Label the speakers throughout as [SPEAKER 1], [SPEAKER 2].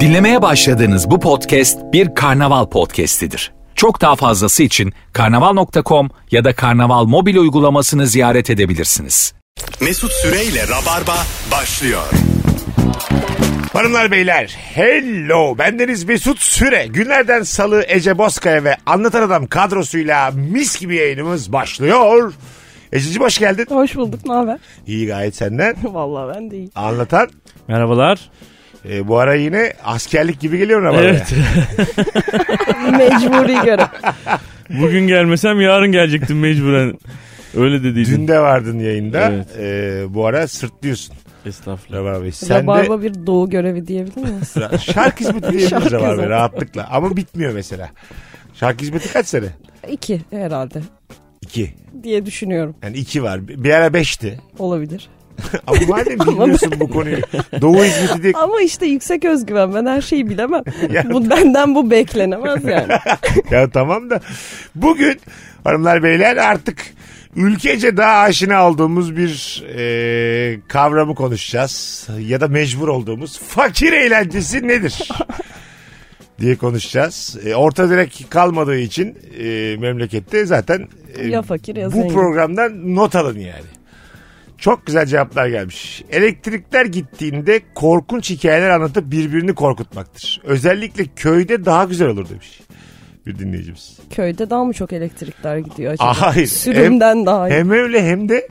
[SPEAKER 1] Dinlemeye başladığınız bu podcast bir karnaval podcastidir. Çok daha fazlası için karnaval.com ya da karnaval mobil uygulamasını ziyaret edebilirsiniz.
[SPEAKER 2] Mesut Süreyle Rabarba başlıyor.
[SPEAKER 3] Hanımlar beyler hello bendeniz Mesut Süre günlerden salı Ece Bozkaya ve Anlatan Adam kadrosuyla mis gibi yayınımız başlıyor. Ececiğim hoş geldin.
[SPEAKER 4] Hoş bulduk. Ne haber?
[SPEAKER 3] İyi gayet senden.
[SPEAKER 4] Vallahi ben de iyi.
[SPEAKER 3] Anlatan
[SPEAKER 5] Merhabalar.
[SPEAKER 3] e, bu ara yine askerlik gibi geliyor ama.
[SPEAKER 5] Evet.
[SPEAKER 4] Mecburi göre.
[SPEAKER 5] Bugün gelmesem yarın gelecektim mecburen. Öyle dediydin.
[SPEAKER 3] Dün de vardın yayında.
[SPEAKER 5] Evet.
[SPEAKER 3] E, bu ara sırtlıyorsun
[SPEAKER 5] Estağfurullah.
[SPEAKER 3] Rabar Bey. Sen de
[SPEAKER 4] Rabarba bir doğu görevi diyebilir miyiz?
[SPEAKER 3] şarkı hizmeti diyebiliriz
[SPEAKER 4] Şarkı
[SPEAKER 3] Rabar Bey
[SPEAKER 4] zaten.
[SPEAKER 3] rahatlıkla ama bitmiyor mesela. Şarkı hizmeti kaç sene?
[SPEAKER 4] İki herhalde
[SPEAKER 3] İki.
[SPEAKER 4] diye düşünüyorum.
[SPEAKER 3] Yani iki var. Bir bir ara beşti.
[SPEAKER 4] Olabilir.
[SPEAKER 3] Ama madem bilmiyorsun bu konuyu. Doğu hizmeti diye
[SPEAKER 4] Ama işte yüksek özgüven. Ben her şeyi bilemem.
[SPEAKER 3] Ya-
[SPEAKER 4] Bu benden bu beklenemez yani.
[SPEAKER 3] ya tamam da bugün hanımlar beyler artık ülkece daha aşina olduğumuz bir e, kavramı konuşacağız. Ya da mecbur olduğumuz fakir eğlencesi nedir? diye konuşacağız. E, orta direk kalmadığı için e, memlekette zaten e,
[SPEAKER 4] Ya fakir ya
[SPEAKER 3] bu
[SPEAKER 4] zengin.
[SPEAKER 3] programdan not alın yani. Çok güzel cevaplar gelmiş. Elektrikler gittiğinde korkunç hikayeler anlatıp birbirini korkutmaktır. Özellikle köyde daha güzel olur demiş bir dinleyicimiz.
[SPEAKER 4] Köyde daha mı çok elektrikler gidiyor acaba?
[SPEAKER 3] Aa, hayır.
[SPEAKER 4] Sürümden daha iyi.
[SPEAKER 3] Hem öyle hem de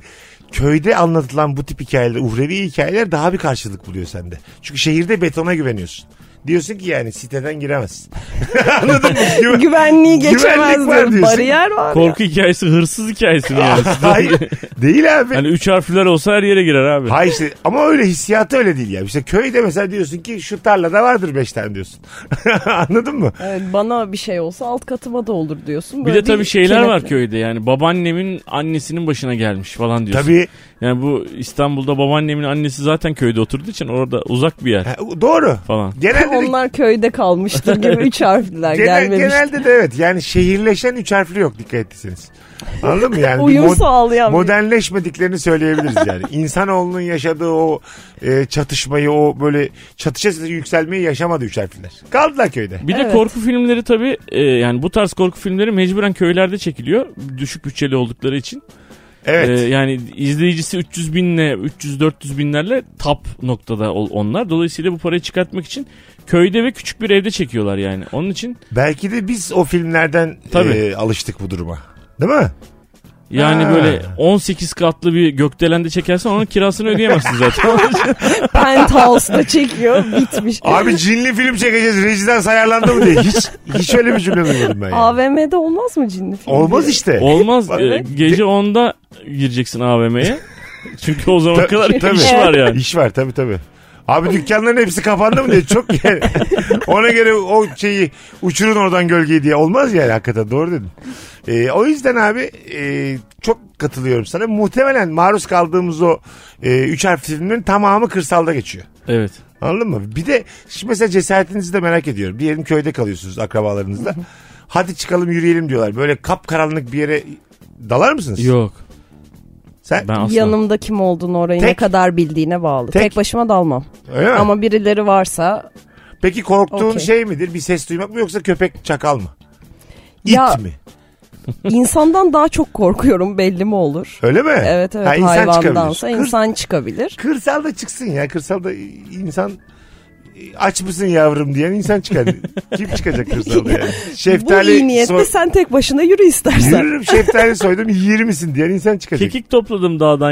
[SPEAKER 3] köyde anlatılan bu tip hikayeler, uhrevi hikayeler daha bir karşılık buluyor sende. Çünkü şehirde betona güveniyorsun. Diyorsun ki yani siteden giremezsin. Anladın mı? Güven-
[SPEAKER 4] Güvenliği
[SPEAKER 3] Güvenlik var
[SPEAKER 4] geçemezdim.
[SPEAKER 3] diyorsun.
[SPEAKER 4] Bariyer var ya.
[SPEAKER 5] Korku hikayesi hırsız hikayesi mi yani?
[SPEAKER 3] Hayır. Değil abi.
[SPEAKER 5] Hani üç harfler olsa her yere girer abi.
[SPEAKER 3] Hayır işte ama öyle hissiyatı öyle değil ya. İşte köyde mesela diyorsun ki şu tarlada vardır beş tane diyorsun. Anladın mı?
[SPEAKER 4] Evet, bana bir şey olsa alt katıma da olur diyorsun.
[SPEAKER 5] Bir
[SPEAKER 4] Böyle
[SPEAKER 5] de tabii şeyler
[SPEAKER 4] kelepçe.
[SPEAKER 5] var köyde yani babaannemin annesinin başına gelmiş falan diyorsun.
[SPEAKER 3] Tabii.
[SPEAKER 5] Yani bu İstanbul'da babaannemin annesi zaten köyde oturduğu için orada uzak bir yer
[SPEAKER 3] Ha, Doğru.
[SPEAKER 5] falan.
[SPEAKER 3] Genelde de,
[SPEAKER 4] Onlar köyde kalmıştır gibi üç harfliler
[SPEAKER 3] genel,
[SPEAKER 4] gelmemiştir.
[SPEAKER 3] genelde de evet. Yani şehirleşen üç harfli yok dikkat etseniz. Anladın mı yani? bir
[SPEAKER 4] Uyum
[SPEAKER 3] mod-
[SPEAKER 4] sağlayan bir-
[SPEAKER 3] Modernleşmediklerini söyleyebiliriz yani. İnsanoğlunun yaşadığı o e, çatışmayı, o böyle çatışa yükselmeyi yaşamadı üç harfliler. Kaldılar köyde.
[SPEAKER 5] Bir de
[SPEAKER 4] Evet.
[SPEAKER 5] korku filmleri tabii e, yani bu tarz korku filmleri mecburen köylerde çekiliyor. Düşük bütçeli oldukları için.
[SPEAKER 3] Evet.
[SPEAKER 5] Ee, yani izleyicisi 300 binle 300-400 binlerle top noktada ol- onlar. Dolayısıyla bu parayı çıkartmak için köyde ve küçük bir evde çekiyorlar yani. Onun için
[SPEAKER 3] Belki de biz o filmlerden
[SPEAKER 5] Tabii.
[SPEAKER 3] e, alıştık bu duruma. Değil mi?
[SPEAKER 5] yani
[SPEAKER 3] Ha.
[SPEAKER 5] böyle 18 katlı bir gökdelende çekersen onun kirasını ödeyemezsin zaten. Onun için
[SPEAKER 4] penthouse'da çekiyor bitmiş.
[SPEAKER 3] Abi cinli film çekeceğiz. Rejiden ayarlandı mı diye. Hiç hiç öyle bir cümle duymadım ben. yani.
[SPEAKER 4] AVM'de olmaz mı cinli film?
[SPEAKER 3] Olmaz işte.
[SPEAKER 5] Olmaz. Ee,
[SPEAKER 3] Evet.
[SPEAKER 5] gece 10'da gireceksin AVM'ye. Çünkü o zaman
[SPEAKER 3] Ta-
[SPEAKER 5] kadar
[SPEAKER 3] tabii.
[SPEAKER 5] iş var yani.
[SPEAKER 3] İş var tabii tabii. Abi dükkanların hepsi kapandı mı diye çok yani. Ona göre o şeyi uçurun oradan gölgeyi diye olmaz yani hakikaten doğru dedin. Ee, o yüzden abi e, çok katılıyorum sana. Muhtemelen maruz kaldığımız o e, üç harf filmlerin tamamı kırsalda geçiyor.
[SPEAKER 5] Evet.
[SPEAKER 3] Anladın mı? Bir de şimdi mesela cesaretinizi de merak ediyorum. Diyelim köyde kalıyorsunuz akrabalarınızla. Hadi çıkalım yürüyelim diyorlar. Böyle kapkaranlık bir yere dalar mısınız?
[SPEAKER 5] Yok.
[SPEAKER 3] Sen
[SPEAKER 5] Ben asla.
[SPEAKER 4] Yanımda kim olduğunu orayı ne
[SPEAKER 3] Tek-
[SPEAKER 4] kadar bildiğine bağlı.
[SPEAKER 3] Tek-
[SPEAKER 4] Tek, başıma dalmam.
[SPEAKER 3] Öyle mi?
[SPEAKER 4] Ama birileri varsa
[SPEAKER 3] Peki korktuğun
[SPEAKER 4] Okey.
[SPEAKER 3] şey midir? Bir ses duymak mı yoksa köpek çakal mı? İt
[SPEAKER 4] Ya-
[SPEAKER 3] mi?
[SPEAKER 4] insandan daha çok korkuyorum belli mi olur?
[SPEAKER 3] Öyle mi?
[SPEAKER 4] Evet evet
[SPEAKER 3] Ha, insan
[SPEAKER 4] hayvandansa
[SPEAKER 3] çıkabilir. Kır-
[SPEAKER 4] insan çıkabilir.
[SPEAKER 3] Kırsalda çıksın ya. Kırsalda insan aç mısın yavrum diyen insan çıkar. Kim çıkacak kırsalda yani? Şeftali
[SPEAKER 4] Bu iyi niyetli
[SPEAKER 3] so-
[SPEAKER 4] sen tek başına yürü istersen.
[SPEAKER 3] Yürürüm şeftali soydum yiyir misin diyen insan çıkacak.
[SPEAKER 5] Kekik topladım dağdan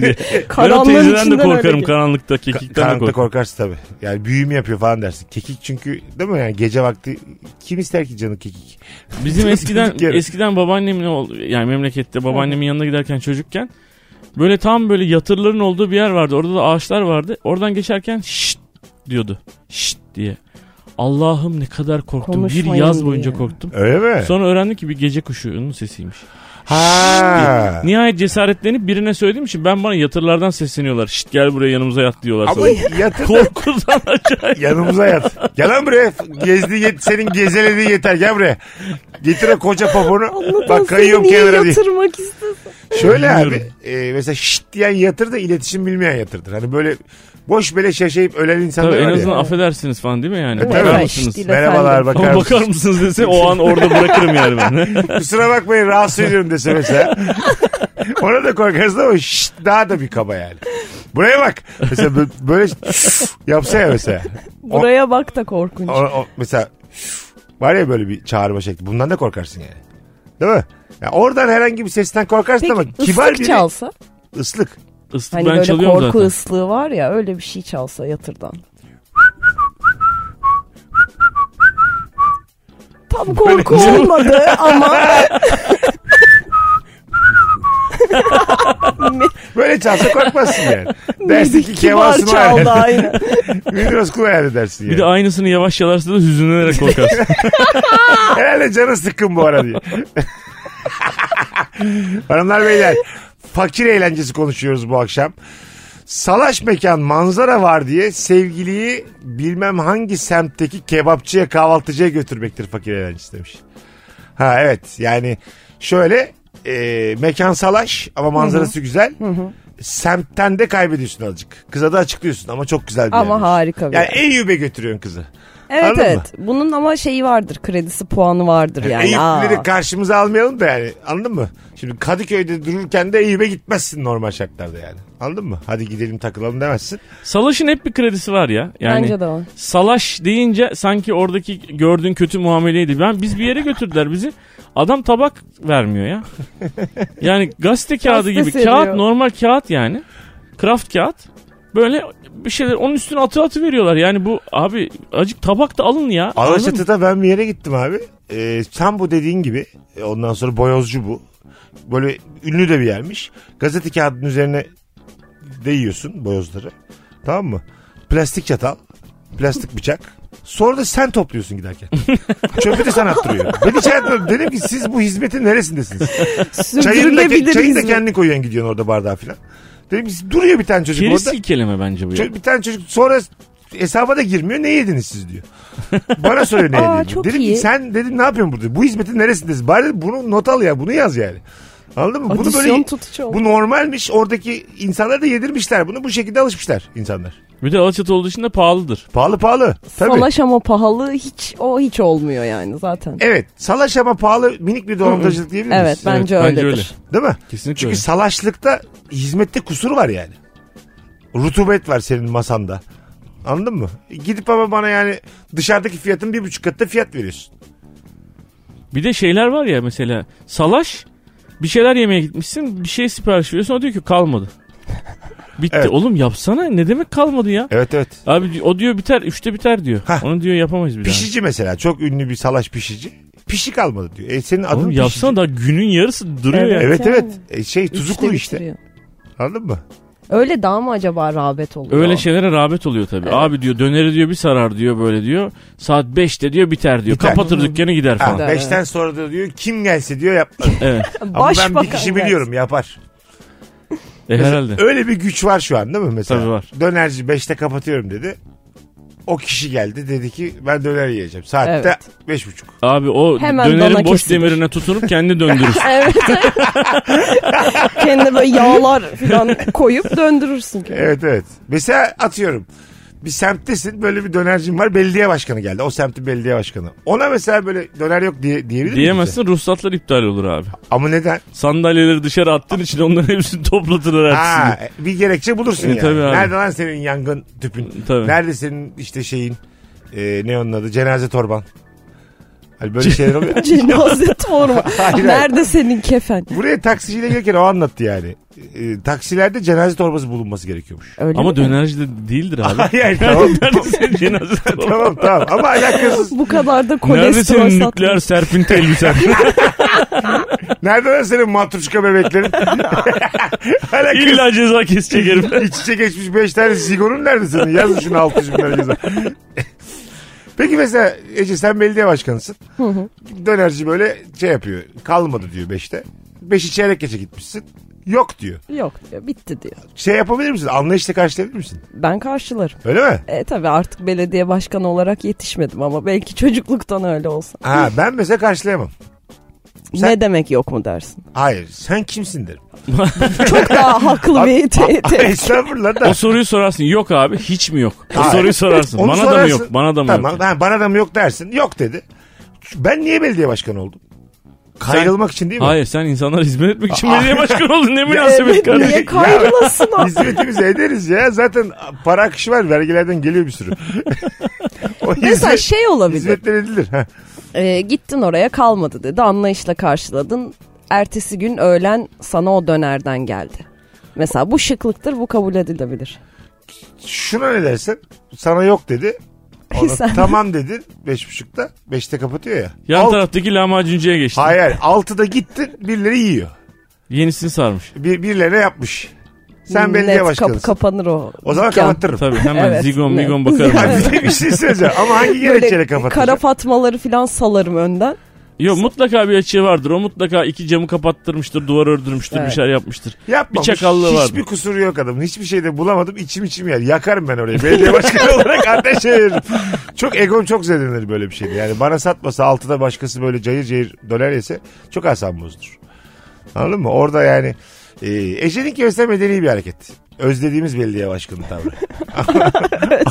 [SPEAKER 5] diye. ben o
[SPEAKER 4] Karanlığın
[SPEAKER 5] teyzeden de
[SPEAKER 4] içinden öyle
[SPEAKER 5] korkarım
[SPEAKER 4] gel.
[SPEAKER 5] karanlıkta kekikten de
[SPEAKER 3] Karanlıkta
[SPEAKER 5] korkarım.
[SPEAKER 3] korkarsın tabii. Yani büyü mü yapıyor falan dersin. Kekik çünkü değil mi yani gece vakti kim ister ki canı kekik?
[SPEAKER 5] Bizim eskiden
[SPEAKER 3] Durduk yere.
[SPEAKER 5] eskiden babaannemin ol- yani memlekette babaannemin yanına giderken çocukken böyle tam böyle yatırların olduğu bir yer vardı. Orada da ağaçlar vardı. Oradan geçerken şşt diyordu. Şşt diye. Allah'ım ne kadar korktum. bir
[SPEAKER 4] Konuşmayın
[SPEAKER 5] yaz
[SPEAKER 4] diye.
[SPEAKER 5] boyunca korktum.
[SPEAKER 3] Öyle mi?
[SPEAKER 5] Sonra öğrendim ki bir gece kuşunun sesiymiş.
[SPEAKER 3] ha.
[SPEAKER 5] Nihayet cesaretlenip birine söylediğim için ben bana yatırlardan sesleniyorlar. Şşt gel buraya yanımıza yat diyorlar.
[SPEAKER 3] Ama
[SPEAKER 5] Sonra.
[SPEAKER 3] yatır
[SPEAKER 5] Korkudan acayip.
[SPEAKER 3] Yanımıza yat. Gel lan buraya. Gezdi yet, senin gezelediğin yeter. Gel buraya. Getir o koca poponu.
[SPEAKER 4] Anlatan
[SPEAKER 3] Bak kayıyorum
[SPEAKER 4] seni niye
[SPEAKER 3] kenara diye.
[SPEAKER 4] yatırmak istedim.
[SPEAKER 3] Şöyle abi.
[SPEAKER 5] Bilmiyorum.
[SPEAKER 3] e, mesela şşt diyen yatır da iletişim bilmeyen yatırdır. Hani böyle boş beleş yaşayıp ölen insanlar
[SPEAKER 5] Tabii en
[SPEAKER 3] var
[SPEAKER 5] azından
[SPEAKER 3] ya.
[SPEAKER 5] affedersiniz falan değil mi yani?
[SPEAKER 3] Evet,
[SPEAKER 5] Bakar
[SPEAKER 3] evet.
[SPEAKER 5] mısınız?
[SPEAKER 4] Şşt diye.
[SPEAKER 3] Merhabalar
[SPEAKER 4] Efendim.
[SPEAKER 3] bakar
[SPEAKER 5] Ama bakar
[SPEAKER 3] mısınız?
[SPEAKER 5] mısınız dese o an orada bırakırım yani ben.
[SPEAKER 3] Kusura bakmayın rahatsız ediyorum dese mesela. Ona da korkarsın ama şşt daha da bir kaba yani. Buraya bak. Mesela bö- böyle yapsa ya mesela.
[SPEAKER 4] Buraya bak da korkunç.
[SPEAKER 3] O, o- mesela var ya böyle bir çağırma şekli. Bundan da korkarsın yani. Değil mi? Ya oradan herhangi bir sesten korkarsın
[SPEAKER 4] Peki
[SPEAKER 3] ama kibar
[SPEAKER 4] ıslık
[SPEAKER 3] biri
[SPEAKER 4] çalsa?
[SPEAKER 3] ıslık.
[SPEAKER 5] Islık
[SPEAKER 4] Hani
[SPEAKER 5] ben
[SPEAKER 4] böyle
[SPEAKER 5] çalıyorum
[SPEAKER 4] korku
[SPEAKER 5] zaten.
[SPEAKER 4] ıslığı var ya öyle bir şey çalsa yatırdan. Tam korku olmadı ama
[SPEAKER 3] Böyle çalsa korkmazsın yani. dersin ki Kemal
[SPEAKER 4] kibar çaldı
[SPEAKER 3] Sunal.
[SPEAKER 4] aynı.
[SPEAKER 3] Windows Kulağı yani dersin yani.
[SPEAKER 5] Bir de aynısını yavaş yalarsa da hüzünlenerek korkarsın.
[SPEAKER 3] Herhalde canı sıkkın bu ara diye. Hanımlar beyler fakir eğlencesi konuşuyoruz bu akşam. Salaş mekan manzara var diye sevgiliyi bilmem hangi semtteki kebapçıya kahvaltıcıya götürmektir fakir eğlencesi demiş. Ha evet yani şöyle e, mekan salaş ama manzarası güzel. Semtten de kaybediyorsun azıcık. Kıza da açıklıyorsun ama çok güzel bir
[SPEAKER 4] Ama
[SPEAKER 3] yermiş.
[SPEAKER 4] harika bir
[SPEAKER 3] Yani
[SPEAKER 4] yer.
[SPEAKER 3] Eyüp'e götürüyorsun kızı.
[SPEAKER 4] Evet
[SPEAKER 3] Anladın mı?
[SPEAKER 4] evet. Bunun ama şeyi vardır. Kredisi puanı vardır yani. Aa.
[SPEAKER 3] Eyüpleri karşımıza almayalım da yani anladın mı? Şimdi Kadıköy'de dururken de Eyüp'e gitmezsin normal şartlarda yani. Anladın mı? Hadi gidelim takılalım demezsin.
[SPEAKER 5] Salaş'ın hep bir kredisi var ya. Yani
[SPEAKER 4] Bence de var.
[SPEAKER 5] Salaş deyince sanki oradaki gördüğün kötü muameleydi. Ben biz bir yere götürdüler bizi. Adam tabak vermiyor ya. Yani gazete kağıdı
[SPEAKER 4] Gazete
[SPEAKER 5] gibi.
[SPEAKER 4] seriyor.
[SPEAKER 5] Kağıt normal kağıt yani. Kraft kağıt. Böyle bir şeyler onun üstüne atı atı veriyorlar. Yani bu abi acık tabak da alın ya. Anladın mı?
[SPEAKER 3] Alaçatı'da ben bir yere gittim abi. Ee, tam bu dediğin gibi. e, Ondan sonra boyozcu bu. Böyle ünlü de bir yermiş. Gazete kağıdının üzerine değiyorsun boyozları. Tamam mı? Plastik çatal, plastik bıçak. Sonra da sen topluyorsun giderken. Çöpü de sen attırıyor. Beni şey atmadım. Dedim ki siz bu hizmetin neresindesiniz? Çayını da,
[SPEAKER 4] Sürdürülebilir
[SPEAKER 3] çayını da
[SPEAKER 4] hizmet.
[SPEAKER 3] kendin koyuyorsun gidiyorsun orada bardağa filan. Dedim ki, duruyor bir tane çocuk
[SPEAKER 5] Keriz
[SPEAKER 3] orada.
[SPEAKER 5] kelime bence bu ya.
[SPEAKER 3] Çocuk- bir tane çocuk sonra hesaba da girmiyor. Ne yediniz siz diyor. Bana soruyor ne
[SPEAKER 4] Aa,
[SPEAKER 3] yediğimi.
[SPEAKER 4] çok
[SPEAKER 3] dedim ki
[SPEAKER 4] iyi.
[SPEAKER 3] sen dedim ne yapıyorsun burada? Bu hizmetin neresindesin? Bari bunu not al ya bunu yaz yani. Anladın mı? Bunu
[SPEAKER 4] Adisyon
[SPEAKER 3] böyle
[SPEAKER 4] tutucu oldu.
[SPEAKER 3] bu normalmiş. Oradaki insanlar da yedirmişler. Bunu bu şekilde alışmışlar insanlar.
[SPEAKER 5] Bir de Alaçatı olduğu için de pahalıdır.
[SPEAKER 3] Pahalı pahalı. Tabii.
[SPEAKER 4] Salaş ama pahalı hiç o hiç olmuyor yani zaten.
[SPEAKER 3] Evet. Salaş ama pahalı minik bir dolandırıcılık diyebilir miyiz?
[SPEAKER 4] Evet bence
[SPEAKER 5] Evet,
[SPEAKER 4] öyledir.
[SPEAKER 3] Değil mi?
[SPEAKER 5] Kesinlikle
[SPEAKER 3] Çünkü
[SPEAKER 5] öyle.
[SPEAKER 3] salaşlıkta hizmette kusur var yani. Rutubet var senin masanda. Anladın mı? Gidip ama bana yani dışarıdaki fiyatın bir buçuk katı fiyat veriyorsun.
[SPEAKER 5] Bir de şeyler var ya mesela salaş bir şeyler yemeye gitmişsin bir şey sipariş veriyorsun o diyor ki kalmadı. Bitti
[SPEAKER 3] Evet.
[SPEAKER 5] oğlum yapsana ne demek kalmadı ya.
[SPEAKER 3] Evet evet.
[SPEAKER 5] Abi o diyor biter üçte biter diyor.
[SPEAKER 3] Hah.
[SPEAKER 5] Onu diyor yapamayız bir daha.
[SPEAKER 3] Pişici mesela çok ünlü bir salaş pişici. Pişi kalmadı diyor. E senin adın
[SPEAKER 5] Oğlum
[SPEAKER 3] pişici.
[SPEAKER 5] yapsana da günün yarısı duruyor
[SPEAKER 4] Evet.
[SPEAKER 5] ya.
[SPEAKER 3] Evet
[SPEAKER 4] Yani.
[SPEAKER 3] evet. E, şey tuzu
[SPEAKER 4] Üçte
[SPEAKER 3] kuru işte.
[SPEAKER 4] bitiriyor.
[SPEAKER 3] Anladın mı?
[SPEAKER 4] Öyle daha mı acaba rağbet oluyor?
[SPEAKER 3] şey-
[SPEAKER 5] Öyle şeylere rağbet oluyor tabii. Abi diyor döneri diyor bir sarar diyor böyle diyor. Saat 5'te diyor biter diyor.
[SPEAKER 3] Biter.
[SPEAKER 5] Kapatır dükkanı gider
[SPEAKER 3] Ha,
[SPEAKER 5] falan.
[SPEAKER 4] Evet.
[SPEAKER 3] beşten sonra da diyor kim gelse diyor yapmaz.
[SPEAKER 5] Evet.
[SPEAKER 3] Ama
[SPEAKER 4] Başbakan
[SPEAKER 3] ben bir kişi
[SPEAKER 4] gelsin.
[SPEAKER 3] biliyorum yapar.
[SPEAKER 5] E, herhalde.
[SPEAKER 3] Öyle bir güç var şu an değil mi mesela?
[SPEAKER 5] Tabii var.
[SPEAKER 3] Dönerci 5'te kapatıyorum dedi. O kişi geldi dedi ki ben döner yiyeceğim. Saatte
[SPEAKER 4] Evet.
[SPEAKER 3] beş buçuk.
[SPEAKER 5] Abi o
[SPEAKER 4] Hemen
[SPEAKER 5] dönerin
[SPEAKER 4] dana
[SPEAKER 5] boş
[SPEAKER 4] kesilir.
[SPEAKER 5] demirine tutunup kendi döndürür.
[SPEAKER 4] Evet. Kendine böyle yağlar falan koyup döndürürsün. ki.
[SPEAKER 3] Evet evet. Mesela atıyorum bir semttesin böyle bir dönercin var belediye başkanı geldi. O semtin belediye başkanı. Ona mesela böyle döner yok diye, diyebilir miyiz?
[SPEAKER 5] Diyemezsin ruhsatlar iptal olur abi.
[SPEAKER 3] Ama neden?
[SPEAKER 5] Sandalyeleri dışarı attığın için onların hepsini toplatırlar
[SPEAKER 3] Ha,
[SPEAKER 5] ertesi
[SPEAKER 3] bir gerekçe bulursun
[SPEAKER 5] E,
[SPEAKER 3] yani.
[SPEAKER 5] tabii abi.
[SPEAKER 3] Nerede lan senin yangın tüpün?
[SPEAKER 5] Tabii.
[SPEAKER 3] Nerede senin işte şeyin e, ne onun adı cenaze torban? Hani böyle şeyler oluyor.
[SPEAKER 4] Cenaze torba.
[SPEAKER 3] hayır.
[SPEAKER 4] Nerede senin kefen?
[SPEAKER 3] Buraya taksiciyle gelirken o anlattı yani. E, taksilerde cenaze torbası bulunması gerekiyormuş.
[SPEAKER 4] Öyle
[SPEAKER 5] Ama
[SPEAKER 4] mi?
[SPEAKER 5] dönerci de değildir abi. şey
[SPEAKER 3] Hayır tamam.
[SPEAKER 5] Nerede senin cenaze torban?
[SPEAKER 3] tamam tamam ama alakasız.
[SPEAKER 4] Bu kadar da
[SPEAKER 5] Nerede
[SPEAKER 4] kolesterol
[SPEAKER 5] senin
[SPEAKER 4] satmıyor.
[SPEAKER 5] nükleer serpinti elbisen?
[SPEAKER 3] Nerede lan senin matruşka bebeklerin? alakasız.
[SPEAKER 5] İlla ceza kesecek herif.
[SPEAKER 3] İç içe geçmiş 5 tane sigonun nerede senin? Yazın şunu 600 bin lira ceza. Peki mesela Ece sen belediye başkanısın. Dönerci böyle şey yapıyor. Kalmadı diyor 5'te. 5'i çeyrek geçe gitmişsin. Yok diyor.
[SPEAKER 4] Yok diyor bitti diyor.
[SPEAKER 3] Şey yapabilir misin? Anlayışla karşılayabilir misin?
[SPEAKER 4] Ben karşılarım.
[SPEAKER 3] Öyle mi?
[SPEAKER 4] E tabi artık belediye başkanı olarak yetişmedim ama belki çocukluktan öyle olsa.
[SPEAKER 3] Ha, ben mesela karşılayamam. Sen-
[SPEAKER 4] Ne demek yok mu dersin?
[SPEAKER 3] Hayır sen kimsin derim.
[SPEAKER 4] Çok daha haklı bir te- te-
[SPEAKER 3] Estağfurullah da.
[SPEAKER 5] O soruyu sorarsın. Yok abi hiç mi yok? O
[SPEAKER 3] Hayır.
[SPEAKER 5] soruyu sorarsın.
[SPEAKER 3] Onu
[SPEAKER 5] bana da mı
[SPEAKER 3] sorarsın.
[SPEAKER 5] yok? Bana da mı
[SPEAKER 3] tamam,
[SPEAKER 5] yok?
[SPEAKER 3] ha, bana da mı yok dersin. Yok dedi. Ben niye belediye başkanı oldum? Kayrılmak için değil mi?
[SPEAKER 5] Hayır sen insanlara hizmet etmek için belediye başkanı oldun. Ne münasebet
[SPEAKER 4] Evet,
[SPEAKER 5] kardeşim.
[SPEAKER 4] niye kayrılasın o?
[SPEAKER 3] Hizmetimizi ederiz ya. Zaten para akışı var. Vergilerden geliyor bir sürü. o
[SPEAKER 4] Mesela
[SPEAKER 3] hizmet-
[SPEAKER 4] şey olabilir.
[SPEAKER 3] Hizmetler edilir. Ha.
[SPEAKER 4] Ee, gittin oraya kalmadı dedi. Anlayışla karşıladın. Ertesi gün öğlen sana o dönerden geldi. Mesela bu şıklıktır bu kabul edilebilir.
[SPEAKER 3] Şuna ne dersin? Sana yok dedi. Ona
[SPEAKER 4] Sen-
[SPEAKER 3] tamam dedin. Beş buçukta. Beşte kapatıyor ya.
[SPEAKER 5] Yan
[SPEAKER 3] Alt-
[SPEAKER 5] taraftaki lahmacuncuya geçti.
[SPEAKER 3] Hayır hayır. Altıda gittin. Birileri yiyor.
[SPEAKER 5] Yenisini sarmış.
[SPEAKER 3] Bir, birilerine yapmış. Sen
[SPEAKER 4] Net
[SPEAKER 3] belediye
[SPEAKER 4] kap-
[SPEAKER 3] başkanısın.
[SPEAKER 4] kapanır o.
[SPEAKER 3] o zaman
[SPEAKER 4] dükkan.
[SPEAKER 3] kapattırırım.
[SPEAKER 5] Tabii hemen
[SPEAKER 4] Evet,
[SPEAKER 5] zigon
[SPEAKER 4] ne?
[SPEAKER 5] migon bakarım.
[SPEAKER 3] Ha, bir de bir şey söyleyeceğim. Ama hangi gerekçeyle
[SPEAKER 4] Böyle
[SPEAKER 3] kapatacağım?
[SPEAKER 4] kara fatmaları falan salarım önden.
[SPEAKER 5] Yok mutlaka bir açığı vardır. O mutlaka iki camı kapattırmıştır, duvar ördürmüştür, bir
[SPEAKER 4] Evet.
[SPEAKER 5] şeyler yapmıştır.
[SPEAKER 3] Yapmamış.
[SPEAKER 5] Bir çakallığı vardı.
[SPEAKER 3] Hiçbir kusuru yok adamın. Hiçbir şeyde bulamadım. İçim içim yer. Yakarım ben orayı. Belediye başkanı olarak ateş veririm. Çok egom çok zedelenir böyle bir şeyde. Yani bana satmasa altıda başkası böyle cayır cayır döner yese çok asam bozdur. Anladın mı? Orada yani e, Ece'nin köse medeni bir hareket. Özlediğimiz belediye başkanı tavrı.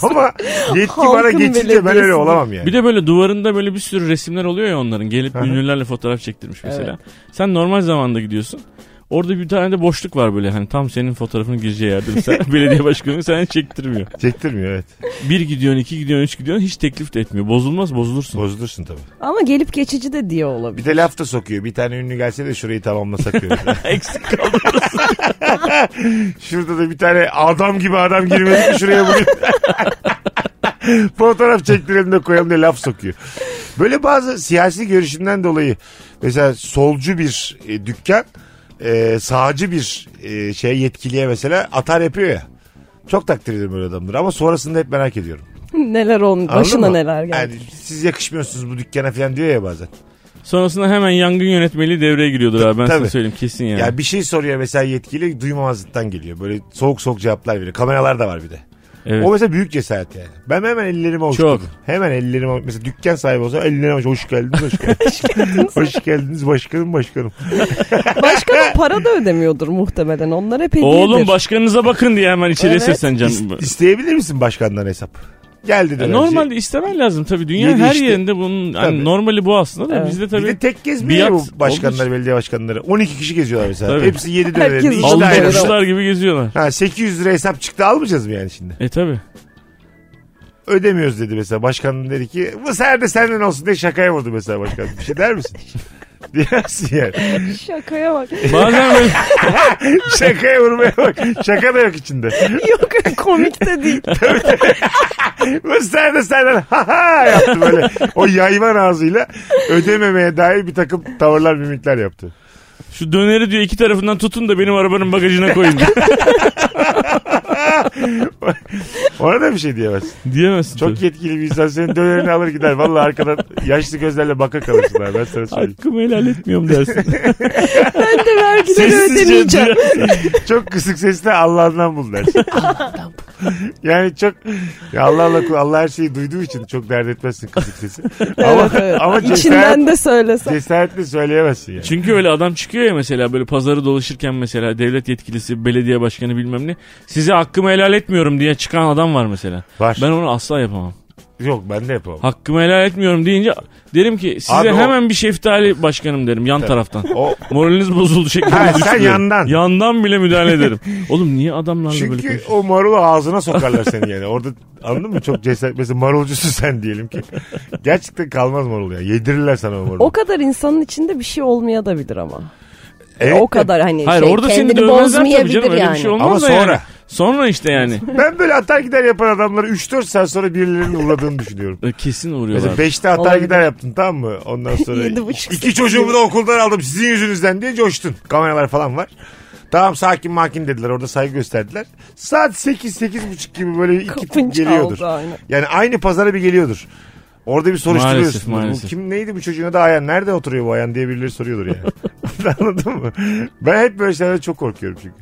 [SPEAKER 3] Ama yetki bana
[SPEAKER 4] Halkın
[SPEAKER 3] geçince ben öyle
[SPEAKER 4] belediyesinde.
[SPEAKER 3] olamam yani.
[SPEAKER 5] Bir de böyle duvarında böyle bir sürü resimler oluyor ya onların. Gelip
[SPEAKER 3] Aha.
[SPEAKER 5] ünlülerle fotoğraf çektirmiş mesela. Sen normal zamanda gidiyorsun. Orada bir tane de boşluk var böyle hani tam senin fotoğrafının gireceği yerde. Mesela belediye başkanı sana çektirmiyor.
[SPEAKER 3] Çektirmiyor evet.
[SPEAKER 5] Bir gidiyorsun, iki gidiyorsun, üç gidiyorsun hiç teklif de etmiyor. Bozulmaz bozulursun.
[SPEAKER 3] Bozulursun tabii.
[SPEAKER 4] Ama gelip geçici de diye olabilir.
[SPEAKER 3] Bir de laf da sokuyor. Bir tane ünlü gelse de şurayı tamamlasak diyor.
[SPEAKER 5] Eksik
[SPEAKER 3] Şurada da bir tane adam gibi adam girmedi mi şuraya bugün? Fotoğraf çektirelim de koyalım diye laf sokuyor. Böyle bazı siyasi görüşünden dolayı mesela solcu bir e, dükkan e, sağcı bir e, şey yetkiliye mesela atar yapıyor ya. Çok takdir ediyorum böyle adamları ama sonrasında hep merak ediyorum.
[SPEAKER 4] neler onun
[SPEAKER 3] Anladın
[SPEAKER 4] başına
[SPEAKER 3] mı?
[SPEAKER 4] neler geldi.
[SPEAKER 3] Yani siz yakışmıyorsunuz bu dükkana falan diyor ya bazen.
[SPEAKER 5] Sonrasında hemen yangın yönetmeliği devreye giriyordur abi ben
[SPEAKER 3] Tabii.
[SPEAKER 5] sana söyleyeyim kesin yani.
[SPEAKER 3] Ya bir şey soruyor mesela yetkili duymamazlıktan geliyor. Böyle soğuk soğuk cevaplar veriyor. Kameralar da var bir de.
[SPEAKER 5] evet.
[SPEAKER 3] O mesela büyük cesaret yani. Ben hemen ellerimi
[SPEAKER 5] Çok.
[SPEAKER 3] ovuşturdum. Hemen ellerimi avuç- Mesela dükkan sahibi olsa ellerimi avuç- Hoş geldiniz, hoş geldiniz. hoş geldiniz başkanım başkanım.
[SPEAKER 4] Başkanın para da ödemiyordur muhtemelen. Onlar hep hediyedir.
[SPEAKER 5] Oğlum başkanınıza bakın diye hemen içeriye
[SPEAKER 4] Evet.
[SPEAKER 5] sesleneceğim.
[SPEAKER 3] İs- isteyebilir misin başkandan hesap? Geldi
[SPEAKER 5] Ya
[SPEAKER 3] de.
[SPEAKER 5] Normalde istemen lazım tabii. Dünyanın
[SPEAKER 3] Yedi
[SPEAKER 5] her
[SPEAKER 3] işte.
[SPEAKER 5] yerinde bunun hani
[SPEAKER 3] Tabii.
[SPEAKER 5] normali bu aslında da
[SPEAKER 4] Evet.
[SPEAKER 5] bizde
[SPEAKER 3] bir
[SPEAKER 5] tabii
[SPEAKER 3] de tek gezmiyor ya
[SPEAKER 5] Biat
[SPEAKER 3] bu başkanlar, belediye başkanları. 12 kişi geziyorlar mesela.
[SPEAKER 5] Tabii.
[SPEAKER 3] Hepsi 7
[SPEAKER 4] Herkes
[SPEAKER 3] dönemde. iki
[SPEAKER 4] almış
[SPEAKER 3] dairede.
[SPEAKER 4] başkanı.
[SPEAKER 5] almışlar gibi geziyorlar.
[SPEAKER 3] Ha 800 lira hesap çıktı almayacağız mı yani şimdi?
[SPEAKER 5] E tabii.
[SPEAKER 3] Ödemiyoruz dedi mesela. Başkan dedi ki bu sefer de senden olsun diye şakaya vurdu mesela başkan. Bir şey der misin? Diyersin yani.
[SPEAKER 4] Şakaya bak.
[SPEAKER 5] Bazen böyle
[SPEAKER 3] Şakaya vurmaya bak. Şaka da yok içinde.
[SPEAKER 4] Yok komik de değil.
[SPEAKER 3] Bu sene senden ha ha yaptı böyle. O yayvan ağzıyla ödememeye dair bir takım tavırlar mimikler yaptı.
[SPEAKER 5] şu döneri diyor iki tarafından tutun da benim arabanın bagajına koyun diyor.
[SPEAKER 3] Ona da bir şey diyemez.
[SPEAKER 5] Diyemezsin
[SPEAKER 3] Çok
[SPEAKER 5] Çok
[SPEAKER 3] yetkili bir insan senin dönerini alır gider. Vallahi arkadan yaşlı gözlerle baka kalırsın abi. Ben sana söyleyeyim.
[SPEAKER 5] Hakkımı helal etmiyorum dersin.
[SPEAKER 4] Ben de vergileri ödemeyeceğim.
[SPEAKER 3] çok kısık sesle Allah'ından bul dersin. Yani çok ya Allah Allah Allah her şeyi duyduğu için çok dert etmezsin kısık sesi. Ama
[SPEAKER 4] Evet, evet.
[SPEAKER 3] ama cesaret,
[SPEAKER 4] İçinden de söylesen.
[SPEAKER 3] cesaretle söyleyemezsin yani.
[SPEAKER 5] Çünkü öyle adam çıkıyor ya mesela böyle pazarı dolaşırken mesela devlet yetkilisi, belediye başkanı bilmem ne. Size hakkımı helal etmiyorum diye çıkan adam var mesela.
[SPEAKER 3] Var.
[SPEAKER 5] Ben onu asla yapamam.
[SPEAKER 3] Yok ben de yapamam.
[SPEAKER 5] Hakkımı helal etmiyorum deyince derim ki size
[SPEAKER 3] Abi o-
[SPEAKER 5] hemen bir şeftali başkanım derim yan taraftan.
[SPEAKER 3] O
[SPEAKER 5] Moraliniz bozuldu şeklinde
[SPEAKER 3] Ha, sen
[SPEAKER 5] düşünüyorum.
[SPEAKER 3] yandan.
[SPEAKER 5] Yandan bile müdahale ederim. Oğlum niye adamlarla böyle
[SPEAKER 3] Çünkü
[SPEAKER 5] konuşuyorsun?
[SPEAKER 3] o marulu ağzına sokarlar seni yani. Orada anladın mı? Çok cesaret. Mesela marulcusun sen diyelim ki. Gerçekten kalmaz marul ya. Yedirirler sana o marulu.
[SPEAKER 4] O kadar insanın içinde bir şey olmaya da bilir ama.
[SPEAKER 3] Evet
[SPEAKER 4] o
[SPEAKER 3] de-
[SPEAKER 4] kadar hani
[SPEAKER 5] Hayır
[SPEAKER 4] şey,
[SPEAKER 5] orada seni
[SPEAKER 4] kendini
[SPEAKER 5] dövmezler tabii
[SPEAKER 4] bozmayabilir
[SPEAKER 5] canım. Öyle
[SPEAKER 4] yani.
[SPEAKER 5] bir şey olmaz
[SPEAKER 3] Ama
[SPEAKER 5] da yani.
[SPEAKER 3] sonra.
[SPEAKER 5] Sonra işte yani.
[SPEAKER 3] Ben böyle atar gider yapan adamları 3-4 saat sonra birilerinin uğradığını düşünüyorum.
[SPEAKER 5] E, Kesin
[SPEAKER 3] Mesela
[SPEAKER 5] uğruyorlar.
[SPEAKER 3] 5'te atar
[SPEAKER 4] Olabilir.
[SPEAKER 3] gider yaptın tamam mı? Ondan sonra
[SPEAKER 4] Yedi buçuk,
[SPEAKER 3] iki
[SPEAKER 4] sekiz
[SPEAKER 3] çocuğumu da okuldan aldım sizin yüzünüzden diye coştun. Kameralar falan var. Tamam sakin makin dediler orada saygı gösterdiler. Saat 8-8.30 gibi böyle iki tip
[SPEAKER 4] Kapın
[SPEAKER 3] geliyordur.
[SPEAKER 4] çaldı aynen.
[SPEAKER 3] Yani aynı pazara bir geliyordur. Orada bir
[SPEAKER 5] Maalesef,
[SPEAKER 3] soruşturuyorsun.
[SPEAKER 5] maalesef.
[SPEAKER 3] Bu kim neydi bu çocuğuna da ayan? Nerede oturuyor bu ayan diye birileri soruyordur yani. Anladın mı? Ben hep böyle şeylerden çok korkuyorum çünkü.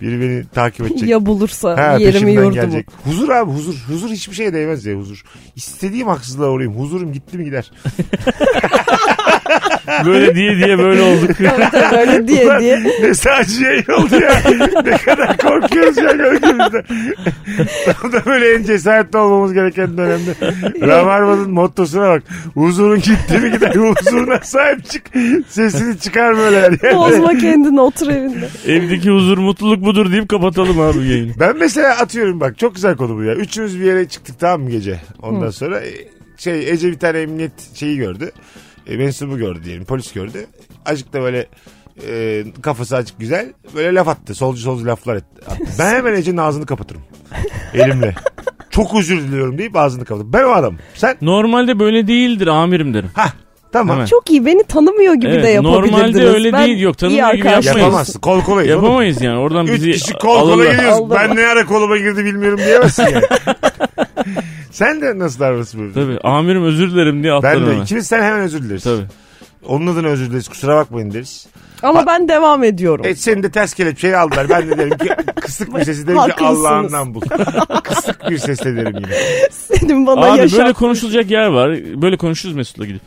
[SPEAKER 3] Biri beni takip edecek.
[SPEAKER 4] Ya bulursa
[SPEAKER 3] Ha,
[SPEAKER 4] yerimi
[SPEAKER 3] peşimden
[SPEAKER 4] yurdumu.
[SPEAKER 3] gelecek. Huzur abi huzur. Huzur hiçbir şeye değmez ya huzur. İstediğim haksızlığa uğrayayım. Huzurum gitti mi gider.
[SPEAKER 5] böyle diye diye böyle olduk.
[SPEAKER 4] Tabii öyle diye E, diye.
[SPEAKER 3] ne sadece yayın oldu ya. ne kadar korkuyoruz ya gördüğümüzde. Tam da böyle en cesaretli olmamız gereken dönemde. Rabarba'nın mottosuna bak. Huzurun gitti mi gider. Huzuruna sahip çık. Sesini çıkar böyle. her yerde.
[SPEAKER 4] Bozma kendini otur evinde.
[SPEAKER 5] Evdeki huzur mutluluk budur deyip kapatalım abi yayını.
[SPEAKER 3] Ben mesela atıyorum bak çok güzel konu bu ya. Üçümüz bir yere çıktık tamam mı gece? Ondan sonra e, şey Ece bir tane emniyet şeyi gördü. E, mensubu gördü diyelim polis gördü. Azıcık da böyle e, kafası açık güzel. Böyle laf attı. Solcu solcu laflar etti. attı. Ben hemen Ece'nin ağzını kapatırım. Elimle. Çok özür diliyorum deyip ağzını kapatırım. Ben o adamım. Sen?
[SPEAKER 5] Normalde böyle değildir amirim derim.
[SPEAKER 3] Ha tamam.
[SPEAKER 5] Hemen.
[SPEAKER 4] Çok iyi beni tanımıyor gibi
[SPEAKER 5] Evet,
[SPEAKER 4] de yapabilirdiniz.
[SPEAKER 5] normalde öyle
[SPEAKER 4] Ben
[SPEAKER 5] değil, yok, tanımıyor
[SPEAKER 4] iyi
[SPEAKER 5] gibi
[SPEAKER 4] arkadaşım.
[SPEAKER 5] yapmayız.
[SPEAKER 3] Yapamazsın. Kol kolayız. oğlum.
[SPEAKER 5] Yapamayız yani oradan
[SPEAKER 3] Üç
[SPEAKER 5] bizi
[SPEAKER 3] kişi kol kola
[SPEAKER 5] alırlar.
[SPEAKER 3] geliyoruz.
[SPEAKER 4] Alırlar.
[SPEAKER 3] Ben ne ara koluma girdi bilmiyorum diyemezsin yani. Sen de nasıl davranırsın böyle?
[SPEAKER 5] Tabii amirim özür dilerim diye atlarım
[SPEAKER 3] Ben de
[SPEAKER 5] hemen.
[SPEAKER 3] ikimiz sen hemen özür dileriz.
[SPEAKER 5] Tabii.
[SPEAKER 3] Onun adına özür dileriz kusura bakmayın deriz.
[SPEAKER 4] Ama ben devam ediyorum.
[SPEAKER 3] E seni de ters kelepçeyle aldılar. Ben de derim ki kısık bir sesi derim ki
[SPEAKER 4] Haklısınız.
[SPEAKER 3] Allah'ından bul. kısık bir sesle derim yine.
[SPEAKER 4] Senin bana
[SPEAKER 5] Abi
[SPEAKER 4] yaşa.
[SPEAKER 5] böyle konuşulacak yer var. Böyle konuşuruz Mesut'la gidip.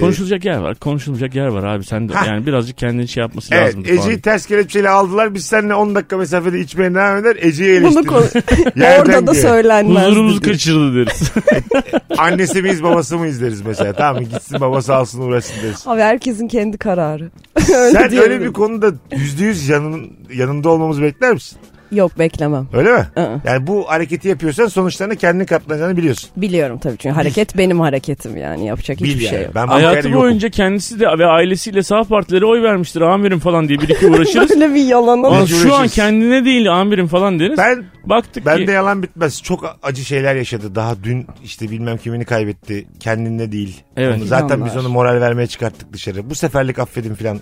[SPEAKER 5] Konuşulacak yer var. Konuşulacak yer var abi. Sen de yani birazcık kendini şey yapması
[SPEAKER 3] Evet
[SPEAKER 5] lazım.
[SPEAKER 3] Ece'yi ters kelepçeyle aldılar. Biz seninle 10 dakika mesafede içmeye devam eder. Ece'yi
[SPEAKER 4] Bunu
[SPEAKER 3] eleştiririz.
[SPEAKER 4] konu-
[SPEAKER 3] Yerden
[SPEAKER 4] Orada da
[SPEAKER 3] diye.
[SPEAKER 4] söylenmez.
[SPEAKER 5] Huzurumuzu kaçırdı deriz.
[SPEAKER 3] Annesi miyiz babası mıyız deriz mesela. Tamam mı? gitsin babası alsın uğraşsın deriz.
[SPEAKER 4] Abi herkesin kendi kararı.
[SPEAKER 3] Sen öyle
[SPEAKER 4] diyebilirim.
[SPEAKER 3] bir konuda %100 yanın, yanında olmamızı bekler misin?
[SPEAKER 4] Yok beklemem.
[SPEAKER 3] Öyle mi?
[SPEAKER 4] Hı.
[SPEAKER 3] Yani bu hareketi yapıyorsan sonuçlarına kendini katlanacağını biliyorsun.
[SPEAKER 4] Biliyorum tabii çünkü hareket benim hareketim yani yapacak
[SPEAKER 3] Bil
[SPEAKER 4] hiçbir
[SPEAKER 3] yani.
[SPEAKER 4] şey yok.
[SPEAKER 3] Ben bu
[SPEAKER 5] Hayatı
[SPEAKER 3] kayda yokum.
[SPEAKER 5] boyunca kendisi de ve ailesiyle sağ partilere oy vermiştir amirim falan diye bir iki uğraşırız.
[SPEAKER 4] Böyle bir yalanın.
[SPEAKER 5] Ama
[SPEAKER 3] Biz
[SPEAKER 5] şu an
[SPEAKER 3] uğraşırız.
[SPEAKER 5] kendine değil amirim falan deriz.
[SPEAKER 3] Ben
[SPEAKER 5] Baktık
[SPEAKER 3] Ben
[SPEAKER 5] ki
[SPEAKER 3] de yalan bitmez. Çok acı şeyler yaşadı. Daha dün işte bilmem kimini kaybetti. Kendinde değil.
[SPEAKER 5] Evet.
[SPEAKER 3] Onu zaten
[SPEAKER 4] İnanlar.
[SPEAKER 3] biz onu moral vermeye çıkarttık dışarı. Bu seferlik affedin filan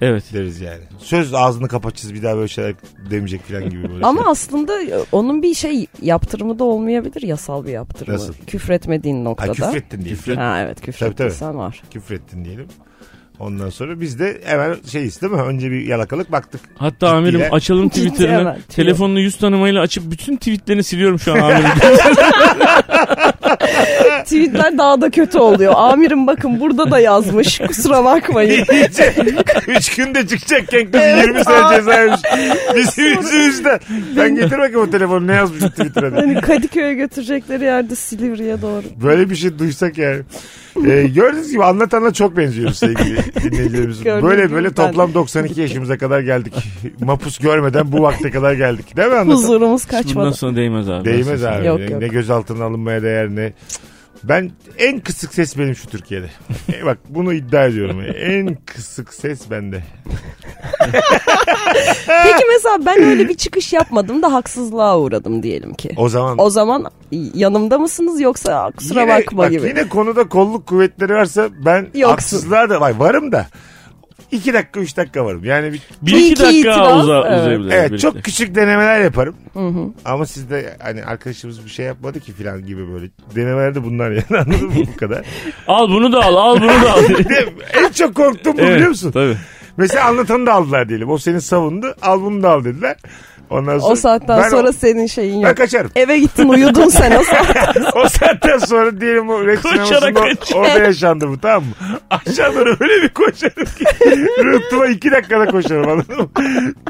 [SPEAKER 5] evet.
[SPEAKER 3] deriz yani. Söz ağzını kapatacağız bir daha böyle şeyler demeyecek filan gibi böyle
[SPEAKER 4] Ama
[SPEAKER 3] şeyler.
[SPEAKER 4] aslında onun bir şey yaptırımı da olmayabilir yasal bir yaptırımı.
[SPEAKER 3] Nasıl?
[SPEAKER 4] Küfretmediğin
[SPEAKER 3] Ha,
[SPEAKER 4] noktada.
[SPEAKER 3] küfrettin diyelim.
[SPEAKER 5] Küfret-
[SPEAKER 4] Ha evet küfrettiysen var.
[SPEAKER 3] Küfrettin diyelim. Ondan sonra biz de hemen şeyiz değil mi? Önce bir yalakalık baktık.
[SPEAKER 5] Hatta
[SPEAKER 3] Ciddi
[SPEAKER 5] amirim
[SPEAKER 3] ya.
[SPEAKER 5] açalım
[SPEAKER 4] Ciddi
[SPEAKER 5] Twitter'ını.
[SPEAKER 4] hemen.
[SPEAKER 5] Telefonunu yüz tanımayla açıp bütün tweetlerini siliyorum şu an amirim.
[SPEAKER 4] Tweetler daha da kötü oluyor. Amirim bakın burada da yazmış. Kusura bakmayın.
[SPEAKER 3] İyice Üç günde çıkacakken kız 20
[SPEAKER 4] aa.
[SPEAKER 3] sene cezaymış. Bizim yüzümüzden. Ben getir bakayım o telefonu ne yazmış Twitter'a. diye.
[SPEAKER 4] Hani Kadıköy'e götürecekleri yerde Silivri'ye doğru.
[SPEAKER 3] Böyle bir şey duysak yani. Ee, gördüğünüz gibi anlatanla çok benziyoruz sevgili dinleyicilerimiz.
[SPEAKER 4] Gördüğünüz
[SPEAKER 3] böyle
[SPEAKER 4] gibi
[SPEAKER 3] böyle
[SPEAKER 4] ben-
[SPEAKER 3] toplam 92 yaşımıza kadar geldik. Mapus görmeden bu vakte kadar geldik. Değil mi anlatan?
[SPEAKER 4] Huzurumuz
[SPEAKER 5] Bundan
[SPEAKER 4] kaçmadı.
[SPEAKER 5] sonra değmez abi. Ben
[SPEAKER 3] Değmez
[SPEAKER 5] sana
[SPEAKER 3] abi.
[SPEAKER 4] Yok,
[SPEAKER 3] ne
[SPEAKER 4] yok.
[SPEAKER 3] gözaltına alınmaya değer ne. Ben en kısık ses benim şu Türkiye'de. E bak bunu iddia ediyorum. En kısık ses bende.
[SPEAKER 4] Peki
[SPEAKER 3] Ee.
[SPEAKER 4] mesela ben öyle bir çıkış yapmadım da haksızlığa uğradım diyelim ki.
[SPEAKER 3] O zaman
[SPEAKER 4] O zaman yanımda mısınız yoksa "Aa, kusura
[SPEAKER 3] Yine-
[SPEAKER 4] bakma
[SPEAKER 3] bak
[SPEAKER 4] gibi.
[SPEAKER 3] Yine konuda kolluk kuvvetleri varsa ben
[SPEAKER 4] Yoksun.
[SPEAKER 3] haksızlığa da vay varım da. 2 dakika 3 dakika varım. Yani bir
[SPEAKER 5] Bir iki,
[SPEAKER 4] İki
[SPEAKER 5] dakika
[SPEAKER 4] itiraf,
[SPEAKER 5] uza,
[SPEAKER 4] evet.
[SPEAKER 5] uzayabilir.
[SPEAKER 3] Evet
[SPEAKER 5] birlikte.
[SPEAKER 3] çok küçük denemeler yaparım. Ama siz de hani arkadaşımız bir şey yapmadı ki falan gibi böyle. Denemeler de bunlar yani anladın mı bu kadar?
[SPEAKER 5] Al bunu da al al bunu da al.
[SPEAKER 3] Bir de en çok korktuğum bu
[SPEAKER 5] Evet,
[SPEAKER 3] biliyor musun?
[SPEAKER 5] Tabii.
[SPEAKER 3] Mesela anlatanı da aldılar diyelim. O seni savundu al bunu da al dediler. Ondan sonra
[SPEAKER 4] O saatten
[SPEAKER 3] ben
[SPEAKER 4] sonra
[SPEAKER 3] o,
[SPEAKER 4] senin şeyin
[SPEAKER 3] ben
[SPEAKER 4] yok.
[SPEAKER 3] kaçarım.
[SPEAKER 4] Eve gittin uyudun sen o saat.
[SPEAKER 3] o saatten sonra diyelim o Rex
[SPEAKER 5] Koşarak
[SPEAKER 3] sinemasında
[SPEAKER 5] kaçar.
[SPEAKER 3] orada yaşandı bu tamam mı? Aşağı doğru öyle bir koşarım ki rıhtıma iki dakikada koşarım anladın mı?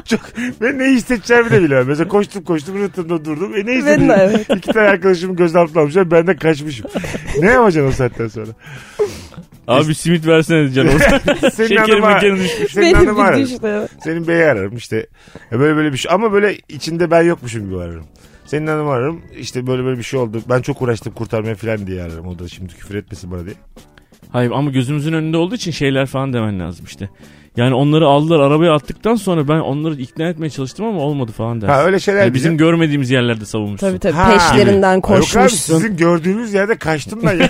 [SPEAKER 3] Çok, ben ne hissedeceğimi de bilemem. Mesela koştum koştum rıhtımda durdum. E ne hissettim?
[SPEAKER 4] Ben de evet.
[SPEAKER 3] İki tane arkadaşımı gözaltına almışlar ben de kaçmışım. Ne yapacaksın o saatten sonra?
[SPEAKER 5] Abi bir simit versene canım.
[SPEAKER 3] Senin
[SPEAKER 5] Şekerim
[SPEAKER 3] hanıma-
[SPEAKER 5] mekanı düşmüş.
[SPEAKER 3] Senin
[SPEAKER 4] Benim
[SPEAKER 3] hanımı
[SPEAKER 4] bir
[SPEAKER 3] ararım.
[SPEAKER 4] düştü. evet.
[SPEAKER 3] Senin beyi ararım işte. E Böyle böyle bir şey. Ama böyle içinde ben yokmuşum gibi ararım. Senin hanımı ararım. İşte böyle böyle bir şey oldu. Ben çok uğraştım kurtarmaya falan diye ararım. O da şimdi küfür etmesin bana diye.
[SPEAKER 5] Hayır ama gözümüzün önünde olduğu için şeyler falan demen lazım işte. Yani onları aldılar arabaya attıktan sonra ben onları ikna etmeye çalıştım ama olmadı falan dersin.
[SPEAKER 3] Ha öyle şeyler
[SPEAKER 5] Yani
[SPEAKER 3] bile-
[SPEAKER 5] Hani bizim görmediğimiz yerlerde savunmuşsun.
[SPEAKER 4] Tabii tabii
[SPEAKER 3] Ha.
[SPEAKER 4] peşlerinden
[SPEAKER 3] Ay yok abi
[SPEAKER 4] koşmuşsun.
[SPEAKER 3] sizin gördüğünüz yerde kaçtım ben ya.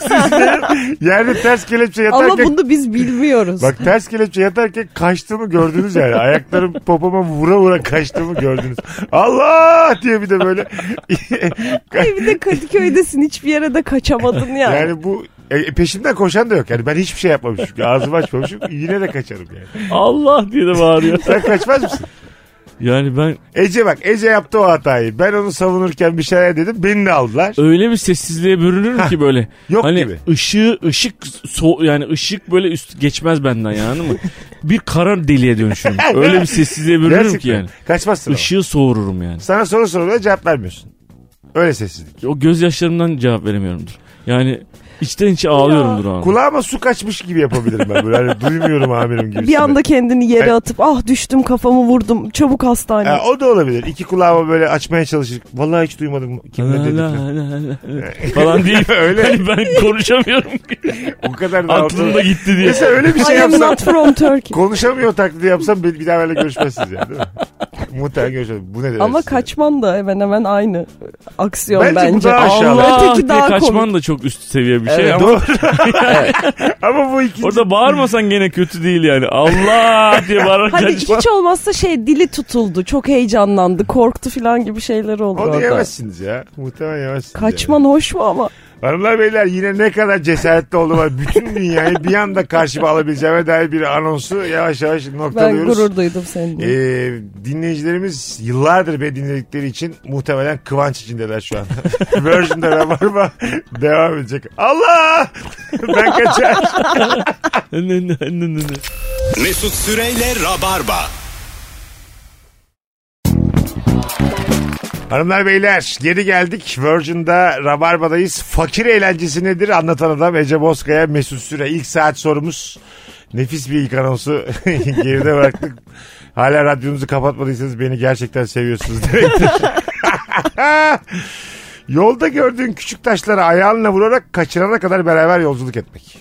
[SPEAKER 3] Siz benim yerde ters kelepçe
[SPEAKER 4] Ama
[SPEAKER 3] yatarken...
[SPEAKER 4] bunu biz bilmiyoruz.
[SPEAKER 3] Bak ters kelepçe yatarken kaçtığımı gördünüz yani. Ayaklarım popoma vura vura kaçtığımı gördünüz. Allah diye bir de böyle.
[SPEAKER 4] Ay bir de Kadıköy'desin hiçbir yere de kaçamadın yani.
[SPEAKER 3] yani bu e, peşimden koşan da yok. Yani ben hiçbir şey yapmamışım. Çünkü Ağzımı açmamışım. Yine de kaçarım yani.
[SPEAKER 5] Allah diye de bağırıyor.
[SPEAKER 3] Sen kaçmaz mısın?
[SPEAKER 5] Yani ben
[SPEAKER 3] Ece bak Ece yaptı o hatayı. Ben onu savunurken bir şeyler dedim. Beni de aldılar.
[SPEAKER 5] öyle bir sessizliğe bürünürüm ki böyle.
[SPEAKER 3] yok
[SPEAKER 5] hani
[SPEAKER 3] gibi.
[SPEAKER 5] ışığı ışık so yani ışık böyle üst geçmez benden yani anladın mı? bir kara deliğe dönüşürüm. Öyle bir sessizliğe bürünürüm ki yani.
[SPEAKER 3] Kaçmazsın ama.
[SPEAKER 5] Işığı soğururum yani.
[SPEAKER 3] Sana soru sorulara cevap vermiyorsun. Öyle sessizlik.
[SPEAKER 5] O gözyaşlarımdan cevap veremiyorumdur. Yani içten içe ağlıyorumdur abi.
[SPEAKER 3] Kulağıma su kaçmış gibi yapabilirim ben. Böyle hani duymuyorum amirim gibi.
[SPEAKER 4] Bir anda kendini yere atıp ah düştüm kafamı vurdum çabuk hastane.
[SPEAKER 3] Ha, o da olabilir. İki kulağımı böyle açmaya çalışır. Vallahi hiç duymadım kim ne dedi.
[SPEAKER 5] La, la, la, la. falan değil.
[SPEAKER 3] Öyle.
[SPEAKER 5] Hani ben konuşamıyorum.
[SPEAKER 3] O kadar da
[SPEAKER 5] Aklım da
[SPEAKER 3] altında.
[SPEAKER 5] gitti diye.
[SPEAKER 3] Mesela öyle bir şey
[SPEAKER 4] I am
[SPEAKER 3] yapsam.
[SPEAKER 4] not from Turkey.
[SPEAKER 3] Konuşamıyor taklidi yapsam bir, bir daha böyle görüşmezsiniz yani değil mi? Muhtemelen görüşmezsiniz. Bu ne demek?
[SPEAKER 4] Ama kaçman da hemen hemen aynı aksiyon
[SPEAKER 3] Bence
[SPEAKER 4] bence.
[SPEAKER 3] bu daha aşağılık.
[SPEAKER 5] Allah
[SPEAKER 4] Öteki
[SPEAKER 5] diye
[SPEAKER 4] daha
[SPEAKER 5] kaçman
[SPEAKER 4] komik.
[SPEAKER 5] da çok üst seviye bir şey
[SPEAKER 4] Evet,
[SPEAKER 5] ama
[SPEAKER 3] Doğru. Ama bu ikinci.
[SPEAKER 5] orada bağırmasan gene kötü değil yani. Allah diye bağırarak
[SPEAKER 4] Hadi
[SPEAKER 5] kaçman.
[SPEAKER 4] Hani hiç olmazsa şey dili tutuldu, çok heyecanlandı, korktu falan gibi şeyler oldu
[SPEAKER 3] Onu
[SPEAKER 4] orada.
[SPEAKER 3] yemezsiniz ya. Muhtemelen yemezsiniz.
[SPEAKER 4] Kaçman hoş mu ama?
[SPEAKER 3] yani. Hanımlar beyler yine ne kadar cesaretli oldum. var. Bütün dünyayı bir anda karşıma alabileceğime dair bir anonsu yavaş yavaş
[SPEAKER 4] Ben
[SPEAKER 3] noktalıyoruz.
[SPEAKER 4] gurur duydum seninle.
[SPEAKER 3] Ee, dinleyicilerimiz yıllardır beni dinledikleri için muhtemelen kıvanç içindeler şu an. Virgin'de Rabarba devam edecek. Allah! ben kaçar.
[SPEAKER 5] Ne, ne, ne, ne, ne.
[SPEAKER 2] Mesut Süreyle Rabarba.
[SPEAKER 3] Hanımlar beyler geri geldik. Virgin'da Rabarba'dayız. Fakir eğlencesi nedir anlatan adam Ece Bozkaya Mesut Süre. İlk saat sorumuz. Nefis bir ilk anonsu geride bıraktık. Hala radyonuzu kapatmadıysanız beni gerçekten seviyorsunuz demektir. Yolda gördüğün küçük taşlara ayağınla vurarak kaçırana kadar beraber yolculuk etmek.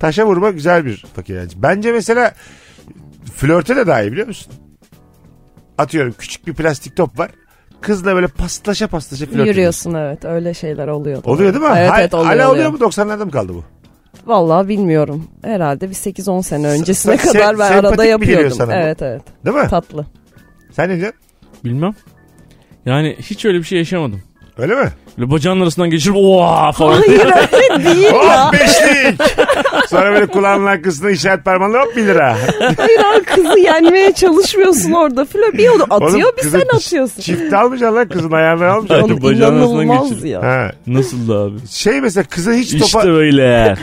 [SPEAKER 3] Taşa vurma güzel bir fakir eğlence. Bence mesela flörte de daha iyi biliyor musun? Atıyorum küçük bir plastik top var. Kızla böyle paslaşa paslaşa flört ediyorsun.
[SPEAKER 4] Yürüyorsun evet öyle şeyler oluyor.
[SPEAKER 3] Oluyor değil mi?
[SPEAKER 4] Evet
[SPEAKER 3] Hal-
[SPEAKER 4] evet oluyor.
[SPEAKER 3] Hala
[SPEAKER 4] oluyor.
[SPEAKER 3] oluyor mu 90'larda mı kaldı bu?
[SPEAKER 4] Vallahi bilmiyorum. Herhalde bir 8-10 sene öncesine
[SPEAKER 3] se-
[SPEAKER 4] kadar ben
[SPEAKER 3] sempatik
[SPEAKER 4] arada
[SPEAKER 3] mi geliyor
[SPEAKER 4] yapıyordum.
[SPEAKER 3] sana bu?
[SPEAKER 4] Evet evet
[SPEAKER 3] Değil mi?
[SPEAKER 4] tatlı.
[SPEAKER 3] Sen ne diyorsun?
[SPEAKER 5] Bilmem. Yani hiç öyle bir şey yaşamadım.
[SPEAKER 3] Öyle mi?
[SPEAKER 5] Böyle bacağın arasından geçirip oha falan.
[SPEAKER 4] Hayır öyle değil ya.
[SPEAKER 3] Hop beşlik! Sonra böyle kulağının arkasına işaret parmağınla hop bir lira.
[SPEAKER 4] Hayır abi kızı yenmeye çalışmıyorsun orada. Flör bir onu atıyor bir
[SPEAKER 3] kızı
[SPEAKER 4] sen atıyorsun.
[SPEAKER 3] Çift almayacaksın lan kızın ayağını almayacaksın.
[SPEAKER 5] Hayır,
[SPEAKER 4] Onu
[SPEAKER 5] bacağın arasından
[SPEAKER 4] inanılmaz
[SPEAKER 5] geçirip.
[SPEAKER 4] ya.
[SPEAKER 3] Ha.
[SPEAKER 5] Nasıl da abi?
[SPEAKER 3] Şey mesela kıza hiç topa...
[SPEAKER 5] İşte öyle.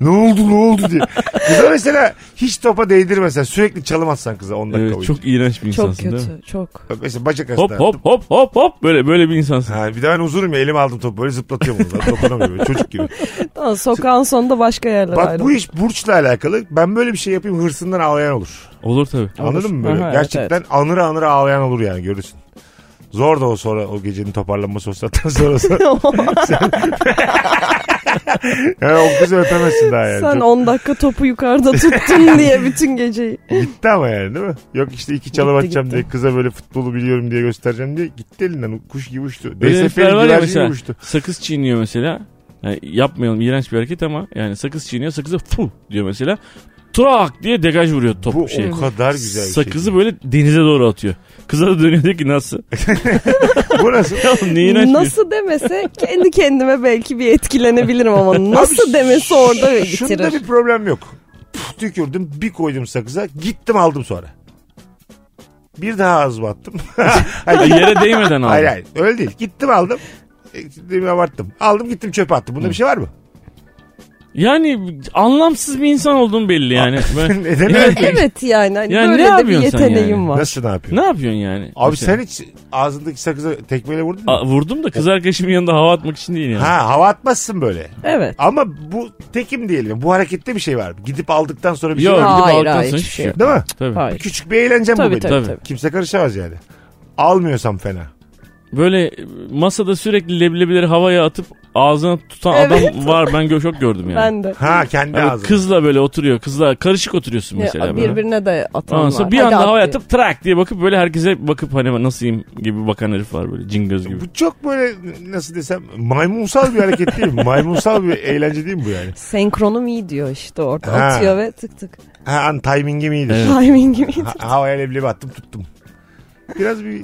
[SPEAKER 3] Ne oldu ne oldu diye. Kıza mesela hiç topa değdirmesen sürekli çalım atsan kıza 10 dakika
[SPEAKER 5] evet,
[SPEAKER 3] boyunca.
[SPEAKER 5] çok iğrenç bir
[SPEAKER 4] Çok
[SPEAKER 5] insansın değil mi?
[SPEAKER 4] kötü çok.
[SPEAKER 3] Mesela bacak arasına.
[SPEAKER 5] Hop hop hop hop hop böyle böyle bir insansın.
[SPEAKER 3] Ha, bir de ben uzunum ya elim aldım topu böyle zıplatıyorum onu. Ben Dokunamıyorum böyle, çocuk gibi.
[SPEAKER 4] Tamam, sokağın sonunda başka yerler
[SPEAKER 3] Bak
[SPEAKER 4] ayrı.
[SPEAKER 3] bu iş burçla alakalı. Ben böyle bir şey yapayım hırsından ağlayan olur.
[SPEAKER 5] Olur tabii.
[SPEAKER 3] Anladın mı böyle?
[SPEAKER 4] Aha, evet,
[SPEAKER 3] Gerçekten anıra anıra ağlayan olur yani görürsün. Zor da o sonra o gecenin toparlanması o saatten sonra. sonra. yani o kızı öpemezsin daha yani.
[SPEAKER 4] Sen
[SPEAKER 3] Çok
[SPEAKER 4] 10 dakika topu yukarıda tuttun diye bütün geceyi.
[SPEAKER 3] Gitti ama yani değil mi? Yok işte iki çalım
[SPEAKER 4] Gitti,
[SPEAKER 3] atacağım
[SPEAKER 4] gitti.
[SPEAKER 3] diye kıza böyle futbolu biliyorum diye göstereceğim diye gitti elinden kuş gibi uçtu.
[SPEAKER 5] Böyle
[SPEAKER 3] DSF'nin
[SPEAKER 5] herifler var ya
[SPEAKER 3] güvercin gibi
[SPEAKER 5] mesela
[SPEAKER 3] uçtu.
[SPEAKER 5] sakız çiğniyor mesela. Yani yapmayalım iğrenç bir hareket ama yani sakız çiğniyor sakızı fu diyor mesela. Trak diye degaj vuruyor top
[SPEAKER 3] Bu
[SPEAKER 5] şey.
[SPEAKER 3] o kadar güzel bir şey.
[SPEAKER 5] Sakızı böyle denize doğru atıyor. Kıza da dönüyor diyor ki nasıl?
[SPEAKER 3] Bu nasıl?
[SPEAKER 5] Ya oğlum ne iğrenç bir-
[SPEAKER 4] Nasıl demese kendi kendime belki bir etkilenebilirim ama nasıl demesi orada
[SPEAKER 3] Şunda
[SPEAKER 4] bitirir.
[SPEAKER 3] bir problem yok. Puf, tükürdüm bir koydum sakıza gittim aldım sonra. Bir daha ağzıma attım.
[SPEAKER 5] Ya Yere değmeden
[SPEAKER 3] Hayır
[SPEAKER 5] aldı.
[SPEAKER 3] hayır öyle değil. Gittim aldım. E, Demin abarttım. Aldım gittim çöpe attım. Bunda bir şey var mı?
[SPEAKER 5] Yani anlamsız bir insan olduğum belli yani. Ben-
[SPEAKER 3] Neden
[SPEAKER 5] Yani-
[SPEAKER 3] öyle?
[SPEAKER 4] Evet yani, hani
[SPEAKER 5] Yani ne
[SPEAKER 4] böyle de bir
[SPEAKER 5] yapıyorsun sen
[SPEAKER 4] yeteneğim
[SPEAKER 5] yani?
[SPEAKER 4] var.
[SPEAKER 3] Nasıl ne yapıyorsun?
[SPEAKER 5] ne yapıyorsun yani?
[SPEAKER 3] Abi
[SPEAKER 5] Mesela-
[SPEAKER 3] sen hiç ağzındaki sakıza tekmeyle vurdun mu?
[SPEAKER 5] A- vurdum da kız arkadaşımın yanında hava atmak için değil yani.
[SPEAKER 3] Ha hava atmazsın böyle.
[SPEAKER 4] Evet.
[SPEAKER 3] Ama bu tekim diyelim. Bu harekette bir şey var. Gidip aldıktan sonra bir
[SPEAKER 5] Yok
[SPEAKER 3] şey
[SPEAKER 5] gidip
[SPEAKER 3] var.
[SPEAKER 4] Hayır,
[SPEAKER 5] aldıktan
[SPEAKER 4] hayır,
[SPEAKER 5] sonra
[SPEAKER 4] hiçbir
[SPEAKER 5] hiçbir
[SPEAKER 4] şey
[SPEAKER 5] şey. yok.
[SPEAKER 3] Değil mi?
[SPEAKER 5] Tabii.
[SPEAKER 4] Hayır.
[SPEAKER 3] Küçük bir eğlencem bu
[SPEAKER 4] Tabii,
[SPEAKER 3] benim.
[SPEAKER 4] tabii tabii.
[SPEAKER 5] Tabii.
[SPEAKER 3] Kimse karışamaz yani. Almıyorsam fena.
[SPEAKER 5] Böyle masada sürekli leblebileri havaya atıp ağzına tutan
[SPEAKER 4] Evet.
[SPEAKER 5] adam var. Ben gö- çok gördüm yani.
[SPEAKER 4] Ben de.
[SPEAKER 3] Ha kendi
[SPEAKER 5] Yani
[SPEAKER 3] ağzına.
[SPEAKER 5] kızla böyle oturuyor. Kızla karışık oturuyorsun
[SPEAKER 4] Ya,
[SPEAKER 5] mesela. böyle.
[SPEAKER 4] birbirine de atan
[SPEAKER 5] Ondan
[SPEAKER 4] var.
[SPEAKER 5] sonra bir
[SPEAKER 4] Hadi at
[SPEAKER 5] anda havaya
[SPEAKER 4] diye.
[SPEAKER 5] atıp trak diye bakıp böyle herkese bakıp hani nasılyım gibi bakan herif var böyle cin göz gibi.
[SPEAKER 3] Bu çok böyle nasıl desem maymunsal bir hareket değil mi? Maymunsal bir eğlence değil mi bu yani?
[SPEAKER 4] Senkronum iyi diyor işte orada.
[SPEAKER 3] Ha.
[SPEAKER 4] Atıyor ve tık tık.
[SPEAKER 3] Ha an timingim iyidir.
[SPEAKER 4] Timingim iyi.
[SPEAKER 3] Ha, havaya leblebi attım tuttum. Biraz bir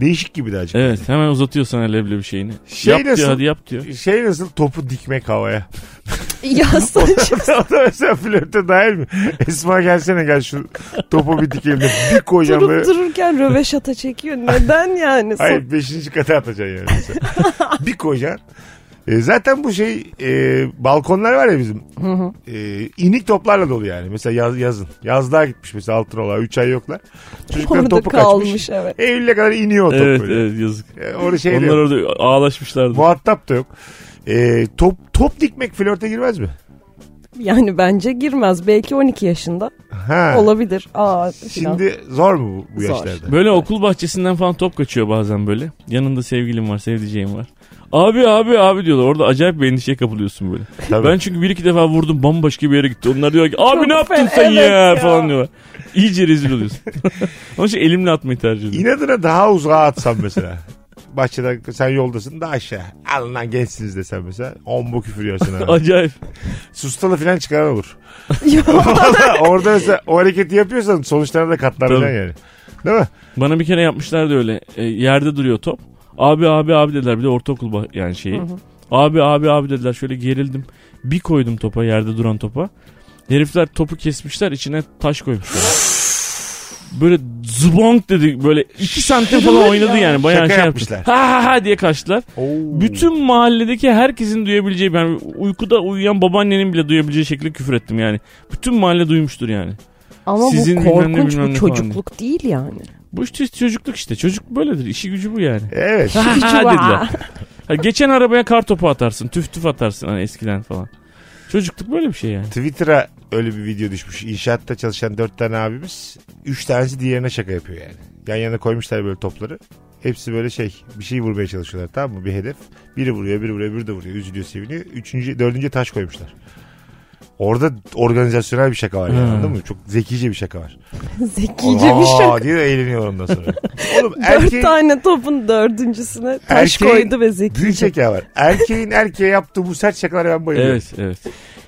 [SPEAKER 3] değişik gibi de acık.
[SPEAKER 5] Evet hemen uzatıyor sana leblebi şeyini.
[SPEAKER 3] Şey
[SPEAKER 5] yap
[SPEAKER 3] nasıl?
[SPEAKER 5] diyor hadi yap diyor.
[SPEAKER 3] Şey nasıl topu dikmek havaya.
[SPEAKER 4] Yastan çık.
[SPEAKER 3] o da mesela flörte dahil mi? Esma gelsene gel şu topu bir dikelim de bir kocam böyle-
[SPEAKER 4] Durup dururken röveşata çekiyor. Neden yani?
[SPEAKER 3] Hayır beşinci kata atacaksın yani. mesela. bir koyacaksın. E, zaten bu şey e, balkonlar var ya bizim. E, inik toplarla dolu yani. Mesela yaz, yazın. Yazlığa gitmiş mesela altın ola 3 ay yoklar. Çocukların
[SPEAKER 4] Orada
[SPEAKER 3] topu kaçmış.
[SPEAKER 4] kalmış evet.
[SPEAKER 3] Eylül'e kadar iniyor o top
[SPEAKER 5] Evet,
[SPEAKER 3] böyle.
[SPEAKER 5] evet yazık.
[SPEAKER 3] E, orada şey
[SPEAKER 5] Onlar
[SPEAKER 3] diyor,
[SPEAKER 5] orada ağlaşmışlardı.
[SPEAKER 3] Muhatap da yok. E, top, top dikmek flörte girmez mi?
[SPEAKER 4] Yani bence girmez. Belki 12 yaşında.
[SPEAKER 3] Ha.
[SPEAKER 4] Olabilir. Aa, filan.
[SPEAKER 3] Şimdi zor mu bu, bu
[SPEAKER 4] Zor.
[SPEAKER 3] yaşlarda?
[SPEAKER 5] Böyle okul bahçesinden falan top kaçıyor bazen böyle. Yanında sevgilim var, sevdiceğim var. Abi abi abi diyorlar. Orada acayip bir endişeye kapılıyorsun böyle.
[SPEAKER 3] Tabii.
[SPEAKER 5] Ben çünkü bir iki defa vurdum bambaşka bir yere gitti. Onlar diyor ki abi
[SPEAKER 4] Çok
[SPEAKER 5] ne yaptın
[SPEAKER 4] fena,
[SPEAKER 5] sen
[SPEAKER 4] evet
[SPEAKER 5] ya?
[SPEAKER 4] ya.
[SPEAKER 5] falan diyorlar. İyice rezil oluyorsun. Onun için elimle atmayı tercih ediyorum.
[SPEAKER 3] İnadına daha uzağa atsam mesela. Bahçeden sen yoldasın da aşağı. Alın lan gençsiniz desem mesela. On bu küfür yersin abi.
[SPEAKER 5] Acayip.
[SPEAKER 3] Sustalı falan çıkaran olur.
[SPEAKER 4] Yok.
[SPEAKER 3] Valla orada mesela o hareketi yapıyorsan sonuçlarına da katlanacaksın
[SPEAKER 5] Tabii.
[SPEAKER 3] yani. Değil mi?
[SPEAKER 5] Bana bir kere yapmışlardı öyle. E, yerde duruyor top. Abi abi abi dediler. Bir de ortaokul bah- yani şeyi. Abi abi abi dediler. Şöyle gerildim. Bir koydum topa yerde duran topa. Herifler topu kesmişler içine taş koymuşlar. böyle zıbonk dedi böyle iki santim falan oynadı yani bayağı
[SPEAKER 3] Şaka
[SPEAKER 5] şey
[SPEAKER 3] yapmışlar.
[SPEAKER 5] yapmışlar. Ha ha ha diye kaçtılar.
[SPEAKER 3] Oo.
[SPEAKER 5] Bütün mahalledeki herkesin duyabileceği ben uykuda uyuyan babaannenin bile duyabileceği şekilde küfür ettim yani. Bütün mahalle duymuştur yani.
[SPEAKER 4] Ama
[SPEAKER 5] Sizin
[SPEAKER 4] bu
[SPEAKER 5] bilmem ne,
[SPEAKER 4] korkunç
[SPEAKER 5] bilmem
[SPEAKER 4] bu
[SPEAKER 5] ne falan
[SPEAKER 4] çocukluk değil yani.
[SPEAKER 5] Bu işte çocukluk işte. Çocuk böyledir. İşi gücü bu yani.
[SPEAKER 3] Evet.
[SPEAKER 5] Ha, ha,
[SPEAKER 4] Çocuğa.
[SPEAKER 5] dediler. Ha, geçen arabaya kar topu atarsın. Tüf tüf atarsın hani eskiden falan. Çocukluk böyle bir şey yani.
[SPEAKER 3] Twitter'a öyle bir video düşmüş. İnşaatta çalışan dört tane abimiz. Üç tanesi diğerine şaka yapıyor yani. Yan yana koymuşlar böyle topları. Hepsi böyle şey bir şey vurmaya çalışıyorlar tamam mı bir hedef. Biri vuruyor biri vuruyor biri de vuruyor üzülüyor seviniyor. Üçüncü dördüncü taş koymuşlar. Orada organizasyonel bir şaka var yani
[SPEAKER 5] Hmm.
[SPEAKER 3] anladın mı? Çok zekice bir şaka var.
[SPEAKER 4] Zekice bir şaka.
[SPEAKER 3] Aa şey- diye de eğleniyor ondan sonra. Oğlum
[SPEAKER 4] Dört
[SPEAKER 3] erkeğin
[SPEAKER 4] tane topun dördüncüsüne taş
[SPEAKER 3] Erkeğin
[SPEAKER 4] koydu ve
[SPEAKER 3] büyük
[SPEAKER 4] zekice.
[SPEAKER 3] zeka var. Erkeğin erkeğe yaptığı bu sert şakalara ben bayılıyorum.
[SPEAKER 5] Evet evet.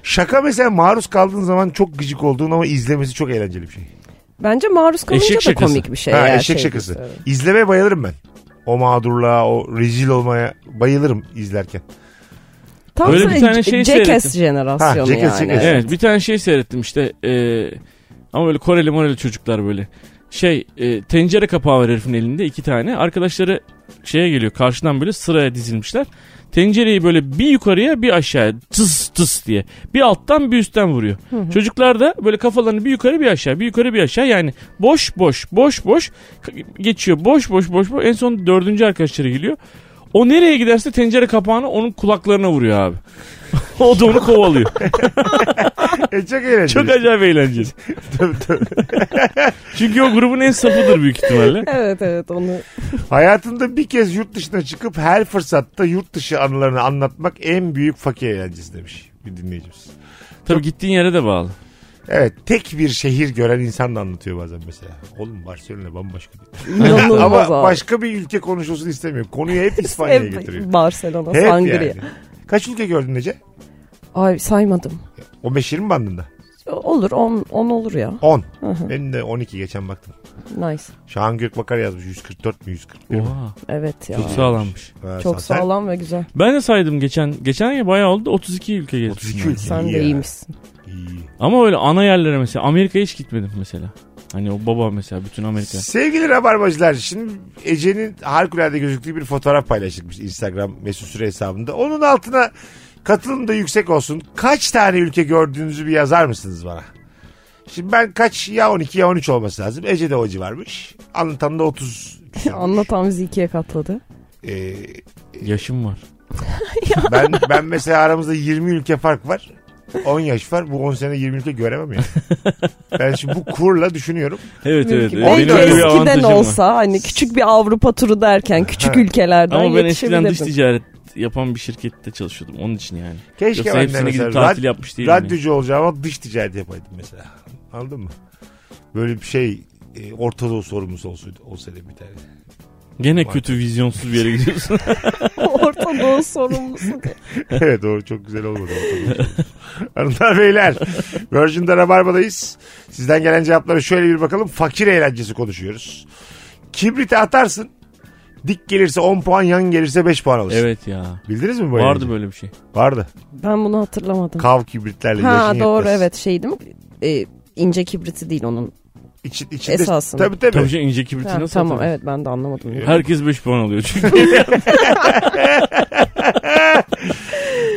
[SPEAKER 3] Şaka mesela maruz kaldığın zaman çok gıcık olduğun ama izlemesi çok eğlenceli bir şey.
[SPEAKER 4] Bence maruz kalınca
[SPEAKER 5] Eşek
[SPEAKER 4] da
[SPEAKER 5] şakası.
[SPEAKER 4] komik bir şey.
[SPEAKER 3] ha,
[SPEAKER 4] eğer
[SPEAKER 3] eşek
[SPEAKER 4] şey
[SPEAKER 3] şakası.
[SPEAKER 4] değilse.
[SPEAKER 3] İzlemeye bayılırım ben. O mağdurluğa, o rezil olmaya bayılırım izlerken.
[SPEAKER 4] Tam
[SPEAKER 5] Böyle
[SPEAKER 4] sana
[SPEAKER 5] bir tane
[SPEAKER 4] C-
[SPEAKER 5] şey
[SPEAKER 4] Jackass
[SPEAKER 5] seyrettim.
[SPEAKER 4] jenerasyonu
[SPEAKER 3] Ha, Jackass,
[SPEAKER 4] yani.
[SPEAKER 3] Jackass.
[SPEAKER 5] Evet, bir tane şey seyrettim işte. e, ama böyle Koreli Moreli çocuklar böyle. Şey e, tencere kapağı var herifin elinde iki tane. Arkadaşları şeye geliyor karşıdan böyle sıraya dizilmişler. Tencereyi böyle bir yukarıya bir aşağıya tıs tıs diye. Bir alttan bir üstten vuruyor. Çocuklar da böyle kafalarını bir yukarı bir aşağı bir yukarı bir aşağı yani boş boş boş boş k- geçiyor. Boş boş boş boş en son dördüncü arkadaşları geliyor. O nereye giderse tencere kapağını onun kulaklarına vuruyor abi. o da onu kovalıyor.
[SPEAKER 3] E, çok eğlenceli.
[SPEAKER 5] Çok
[SPEAKER 4] şey.
[SPEAKER 5] acayip eğlenceli. Çünkü o grubun en safıdır büyük ihtimalle.
[SPEAKER 4] Evet evet onu
[SPEAKER 3] Hayatında bir kez yurt dışına çıkıp her fırsatta yurt dışı anılarını anlatmak en büyük fakir eğlencesi demiş bir dinleyicimiz.
[SPEAKER 5] Tabii gittiğin yere de bağlı.
[SPEAKER 3] Evet tek bir şehir gören insan da anlatıyor bazen mesela. Oğlum Barcelona bambaşka bir
[SPEAKER 4] inanılmaz
[SPEAKER 3] Ama
[SPEAKER 4] abi.
[SPEAKER 3] başka bir ülke konuşulsun istemiyor. Konuyu hep İspanya'ya
[SPEAKER 4] Hep
[SPEAKER 3] getiriyor.
[SPEAKER 4] Barcelona,
[SPEAKER 3] Hep
[SPEAKER 4] Sangria.
[SPEAKER 3] yani. Kaç ülke gördün Ece?
[SPEAKER 4] Ay saymadım.
[SPEAKER 3] 15-20 bandında.
[SPEAKER 4] Olur 10 10 olur ya.
[SPEAKER 3] 10.
[SPEAKER 4] Hı hı.
[SPEAKER 3] Benim de 12 geçen baktım.
[SPEAKER 4] Nice.
[SPEAKER 3] Şahan Gökbakar yazmış 144 mü 141 mi?
[SPEAKER 5] Oha.
[SPEAKER 4] Evet ya.
[SPEAKER 5] Çok sağlammış.
[SPEAKER 3] Ha,
[SPEAKER 4] Çok
[SPEAKER 3] sen-
[SPEAKER 4] sağlam ve güzel.
[SPEAKER 5] Ben de saydım geçen. Geçen ya bayağı oldu. 32 ülke gezdim.
[SPEAKER 3] 32 ülke.
[SPEAKER 4] Sen
[SPEAKER 3] iyi
[SPEAKER 4] de
[SPEAKER 3] ya.
[SPEAKER 4] iyiymişsin.
[SPEAKER 3] İyi.
[SPEAKER 5] Ama öyle ana yerlere mesela. Amerika'ya hiç gitmedim mesela. Hani o baba mesela bütün Amerika.
[SPEAKER 3] Sevgili Rabarbacılar şimdi Ece'nin harikulade gözüktüğü bir fotoğraf paylaştık biz Instagram mesut süre hesabında. Onun altına katılım da yüksek olsun. Kaç tane ülke gördüğünüzü bir yazar mısınız bana? Şimdi ben kaç ya 12 ya 13 olması lazım. Ece de o civarmış. Anlatan da 30.
[SPEAKER 4] Anlatan bizi ikiye katladı.
[SPEAKER 3] Ee,
[SPEAKER 5] Yaşım var.
[SPEAKER 3] ben, ben mesela aramızda 20 ülke fark var. 10 yaş var. Bu 10 sene 20 ülke göremem yani. Ben şimdi bu kurla düşünüyorum.
[SPEAKER 5] Evet evet.
[SPEAKER 4] Mümkün.
[SPEAKER 5] evet.
[SPEAKER 4] Belki
[SPEAKER 5] Benim öyle bir
[SPEAKER 4] eskiden
[SPEAKER 5] avantajım var.
[SPEAKER 4] olsa hani küçük bir Avrupa turu derken küçük
[SPEAKER 3] Ha.
[SPEAKER 4] ülkelerden
[SPEAKER 5] Ama ben eskiden
[SPEAKER 4] yetişebilirdim.
[SPEAKER 5] dış ticaret yapan bir şirkette çalışıyordum. Onun için yani.
[SPEAKER 3] Keşke
[SPEAKER 5] Yoksa
[SPEAKER 3] ben de
[SPEAKER 5] hepsine gidip
[SPEAKER 3] mesela
[SPEAKER 5] tatil
[SPEAKER 3] rad-
[SPEAKER 5] yapmış değilim. yani.
[SPEAKER 3] Radyocu olacağım ama dış ticaret yapaydım mesela. Anladın mı? Böyle bir şey e, Orta Doğu sorumlusu olsaydı, olsaydı bir tane.
[SPEAKER 5] Gene kötü vizyonsuz bir yere gidiyorsun.
[SPEAKER 4] Orta Doğu sorumlusu.
[SPEAKER 3] evet doğru çok güzel olmadı. Orta Doğu sorumlusu. Hanımlar beyler Virgin'de Rabarba'dayız. Sizden gelen cevaplara şöyle bir bakalım. Fakir eğlencesi konuşuyoruz. Kibriti atarsın. Dik gelirse 10 puan, yan gelirse 5 puan alırsın.
[SPEAKER 5] Evet ya.
[SPEAKER 3] Bildiniz mi böyle?
[SPEAKER 5] Vardı böyle bir şey.
[SPEAKER 3] Vardı.
[SPEAKER 4] Ben bunu hatırlamadım.
[SPEAKER 3] Kav kibritlerle
[SPEAKER 4] ha
[SPEAKER 3] yaşın
[SPEAKER 4] doğru
[SPEAKER 3] yetmez.
[SPEAKER 4] evet şey değil mi? Ee, ince kibriti değil onun.
[SPEAKER 3] İçi, içinde,
[SPEAKER 4] Esasında.
[SPEAKER 3] Tabii tabii.
[SPEAKER 5] Tabii şey ince kibriti
[SPEAKER 4] Ha,
[SPEAKER 5] nasıl
[SPEAKER 4] tamam
[SPEAKER 5] atarız?
[SPEAKER 4] evet ben de anlamadım.
[SPEAKER 5] Herkes 5 puan alıyor çünkü.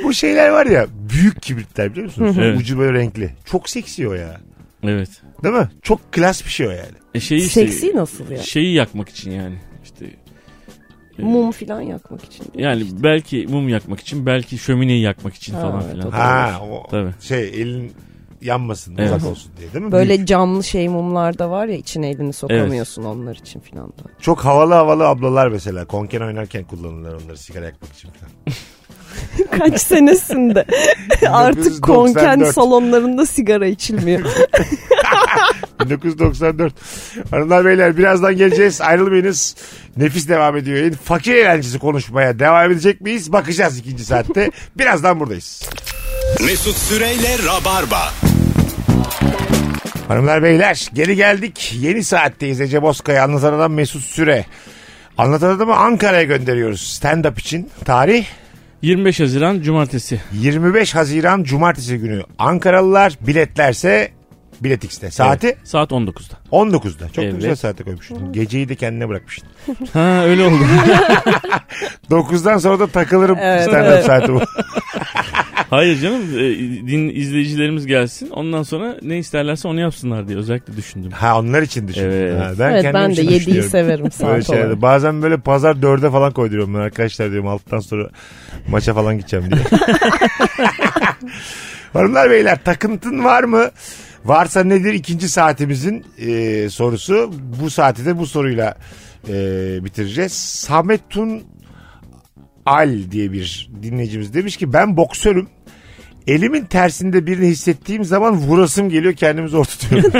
[SPEAKER 3] Bu şeyler var ya büyük kibritler biliyor musunuz?
[SPEAKER 5] Evet.
[SPEAKER 3] Ucu böyle renkli. Çok seksi o ya.
[SPEAKER 5] evet.
[SPEAKER 3] Değil mi? Çok klas bir şey o yani.
[SPEAKER 5] E şeyi işte,
[SPEAKER 4] Seksi nasıl ya?
[SPEAKER 5] Şeyi yakmak için yani. İşte e,
[SPEAKER 4] Mum filan yakmak için.
[SPEAKER 5] Yani belki mum yakmak için, belki şömineyi yakmak için
[SPEAKER 4] Ha,
[SPEAKER 5] falan
[SPEAKER 4] evet,
[SPEAKER 5] filan.
[SPEAKER 4] o da-
[SPEAKER 3] Ha o
[SPEAKER 5] Tabii.
[SPEAKER 3] şey elin yanmasın
[SPEAKER 5] Evet.
[SPEAKER 3] uzak olsun diye değil mi? Büyük.
[SPEAKER 4] Böyle camlı şey mumlar da var ya içine elini sokamıyorsun onlar için filan da.
[SPEAKER 3] Çok havalı havalı ablalar mesela konken oynarken kullanırlar onları sigara yakmak için falan.
[SPEAKER 4] Kaç senesinde artık
[SPEAKER 3] 1994.
[SPEAKER 4] konken salonlarında sigara içilmiyor.
[SPEAKER 3] 1994. Hanımlar beyler birazdan geleceğiz. Ayrılmayınız. Nefis devam ediyor. yayın. Fakir eğlencesi konuşmaya devam edecek miyiz? Bakacağız ikinci saatte. Birazdan buradayız.
[SPEAKER 2] Mesut Süreyle Rabarba.
[SPEAKER 3] Hanımlar beyler geri geldik. Yeni saatteyiz. Ece Bozkaya anlatan adam Mesut Süre. Anlatan adamı Ankara'ya gönderiyoruz. Stand up için. Tarih
[SPEAKER 5] 25 Haziran Cumartesi.
[SPEAKER 3] 25 Haziran Cumartesi günü. Ankaralılar biletlerse Bilet X'te. Saati
[SPEAKER 5] Evet, saat 19'da.
[SPEAKER 3] 19'da. Çok da
[SPEAKER 5] Evet.
[SPEAKER 3] güzel saate koymuşsun. Geceyi de kendine bırakmışsın.
[SPEAKER 5] Ha öyle oldu.
[SPEAKER 3] 9'dan sonra da takılırım
[SPEAKER 4] Evet,
[SPEAKER 3] stand up
[SPEAKER 4] evet.
[SPEAKER 3] saati bu.
[SPEAKER 5] Hayır canım e, din izleyicilerimiz gelsin ondan sonra ne isterlerse onu yapsınlar diye özellikle düşündüm.
[SPEAKER 3] Ha onlar için düşün.
[SPEAKER 5] Evet.
[SPEAKER 3] Ha, ben
[SPEAKER 4] evet
[SPEAKER 3] kendim
[SPEAKER 4] ben de
[SPEAKER 3] için
[SPEAKER 4] 7'yi
[SPEAKER 3] şey düşünüyorum.
[SPEAKER 4] severim
[SPEAKER 3] Böyle
[SPEAKER 4] saat
[SPEAKER 3] şeylerde.
[SPEAKER 4] olarak.
[SPEAKER 3] Bazen böyle pazar dörde falan koyduruyorum ben arkadaşlar diyorum alttan sonra maça falan gideceğim diye. Hanımlar beyler takıntın var mı? Varsa nedir ikinci saatimizin e, sorusu. Bu saati de bu soruyla e, bitireceğiz. Samet Tun Al diye bir dinleyicimiz demiş ki ben boksörüm. Elimin tersinde birini hissettiğim zaman vurasım geliyor kendimi zor tutuyorum.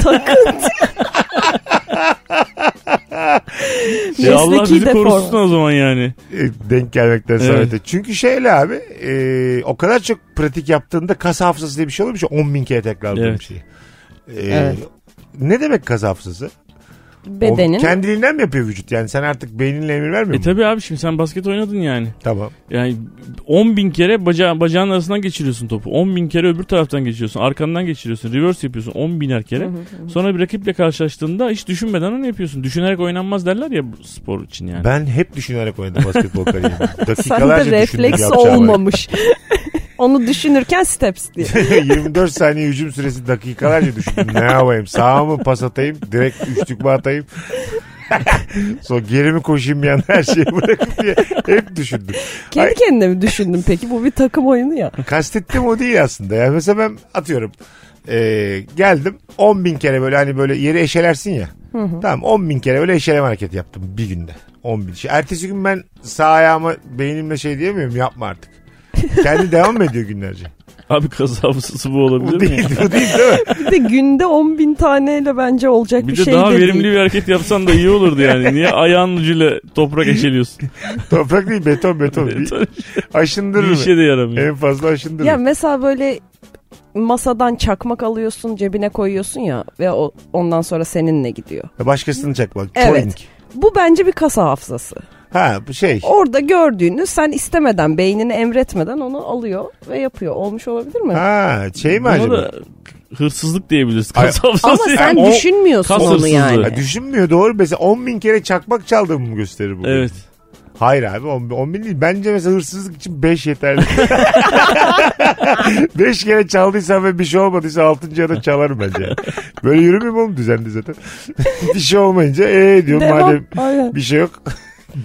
[SPEAKER 5] Ya E, Allah bizi
[SPEAKER 4] Mesleki
[SPEAKER 5] korusun
[SPEAKER 4] deform.
[SPEAKER 5] o zaman yani.
[SPEAKER 3] E, denk gelmekten
[SPEAKER 5] Evet.
[SPEAKER 3] Samet'e. Çünkü şöyle abi e, o kadar çok pratik yaptığında kas hafızası diye bir şey olmuş. 10 bin kere tekrarladığım
[SPEAKER 5] Evet.
[SPEAKER 3] bir şey. E,
[SPEAKER 4] Evet.
[SPEAKER 3] Ne demek kas hafızası? O
[SPEAKER 4] Bedenin
[SPEAKER 3] kendiliğinden mi yapıyor vücut? Yani sen artık beyninle emir vermiyor
[SPEAKER 5] E
[SPEAKER 3] musun?
[SPEAKER 5] tabi abi şimdi sen basket oynadın yani.
[SPEAKER 3] Tamam.
[SPEAKER 5] Yani 10 bin kere baca bacağın arasından geçiriyorsun topu. 10 bin kere öbür taraftan geçiriyorsun. Arkandan geçiriyorsun. Reverse yapıyorsun 10 biner kere. Sonra bir rakiple karşılaştığında hiç düşünmeden onu yapıyorsun. Düşünerek oynanmaz derler ya bu spor için yani.
[SPEAKER 3] Ben hep düşünerek oynadım basketbol kariyerimi. Dakikalarca
[SPEAKER 4] sende
[SPEAKER 3] düşündüm
[SPEAKER 4] refleks
[SPEAKER 3] yapacağımı.
[SPEAKER 4] olmamış. Onu düşünürken steps diye.
[SPEAKER 3] 24 saniye hücum süresi dakikalarca düşündüm. Ne yapayım? Sağa mı pas atayım? Direkt üçlük mü atayım? Sonra geri mi koşayım yani her şeyi bırakıp diye hep düşündüm.
[SPEAKER 4] Kendi kendine mi düşündün peki? Bu bir takım oyunu ya.
[SPEAKER 3] Kastettiğim o değil aslında. Yani mesela ben atıyorum eee, geldim 10 bin kere böyle hani böyle yeri eşelersin ya. Tamam 10 bin kere böyle eşeleme hareketi yaptım bir günde. 10 bin. Şey. Ertesi gün ben sağ ayağımı beynimle şey diyemiyorum yapma artık. Kendi devam ediyor günlerce.
[SPEAKER 5] Abi kaza hafızası bu
[SPEAKER 3] Bu
[SPEAKER 5] olabilir mi? ya?
[SPEAKER 3] değil, bu değil değil mi?
[SPEAKER 4] Bir de günde 10 bin taneyle bence olacak bir,
[SPEAKER 5] Bir de
[SPEAKER 4] şey
[SPEAKER 5] daha
[SPEAKER 4] de
[SPEAKER 5] verimli
[SPEAKER 4] değil.
[SPEAKER 5] bir hareket yapsan da iyi olurdu yani. Niye ayağın ucuyla toprak eşeliyorsun?
[SPEAKER 3] Toprak değil beton beton. Bir
[SPEAKER 5] bir şey
[SPEAKER 3] aşındırır
[SPEAKER 5] işe
[SPEAKER 3] mı?
[SPEAKER 5] de yaramıyor.
[SPEAKER 3] En fazla aşındırır.
[SPEAKER 4] Ya mesela böyle masadan çakmak alıyorsun cebine koyuyorsun ya ve o, ondan sonra seninle gidiyor.
[SPEAKER 3] Başkasını çakmak.
[SPEAKER 4] Evet.
[SPEAKER 3] Toying.
[SPEAKER 4] Bu bence bir kasa hafızası.
[SPEAKER 3] Ha bu şey.
[SPEAKER 4] Orada gördüğünü sen istemeden beynini emretmeden onu alıyor ve yapıyor. Olmuş olabilir mi?
[SPEAKER 3] Ha şey mi
[SPEAKER 5] Buna
[SPEAKER 3] acaba?
[SPEAKER 5] da hırsızlık diyebiliriz.
[SPEAKER 3] Ay-
[SPEAKER 5] Kas hafızası
[SPEAKER 4] Ama
[SPEAKER 5] yani.
[SPEAKER 4] sen
[SPEAKER 3] o-
[SPEAKER 4] düşünmüyorsun
[SPEAKER 5] kas
[SPEAKER 4] onu
[SPEAKER 5] hırsızlığı.
[SPEAKER 4] yani.
[SPEAKER 3] Ha, düşünmüyor doğru. Mesela 10 bin kere çakmak çaldığımı mı gösterir bu?
[SPEAKER 5] Evet.
[SPEAKER 3] Hayır abi 10 bin, on bin değil. Bence mesela hırsızlık için 5 yeterli. 5 kere çaldıysam ve bir şey olmadıysa 6. da çalarım bence. Böyle yürümeyeyim oğlum düzenli zaten. bir şey olmayınca ee diyorum
[SPEAKER 4] Devam.
[SPEAKER 3] madem
[SPEAKER 4] Aynen.
[SPEAKER 3] bir şey yok.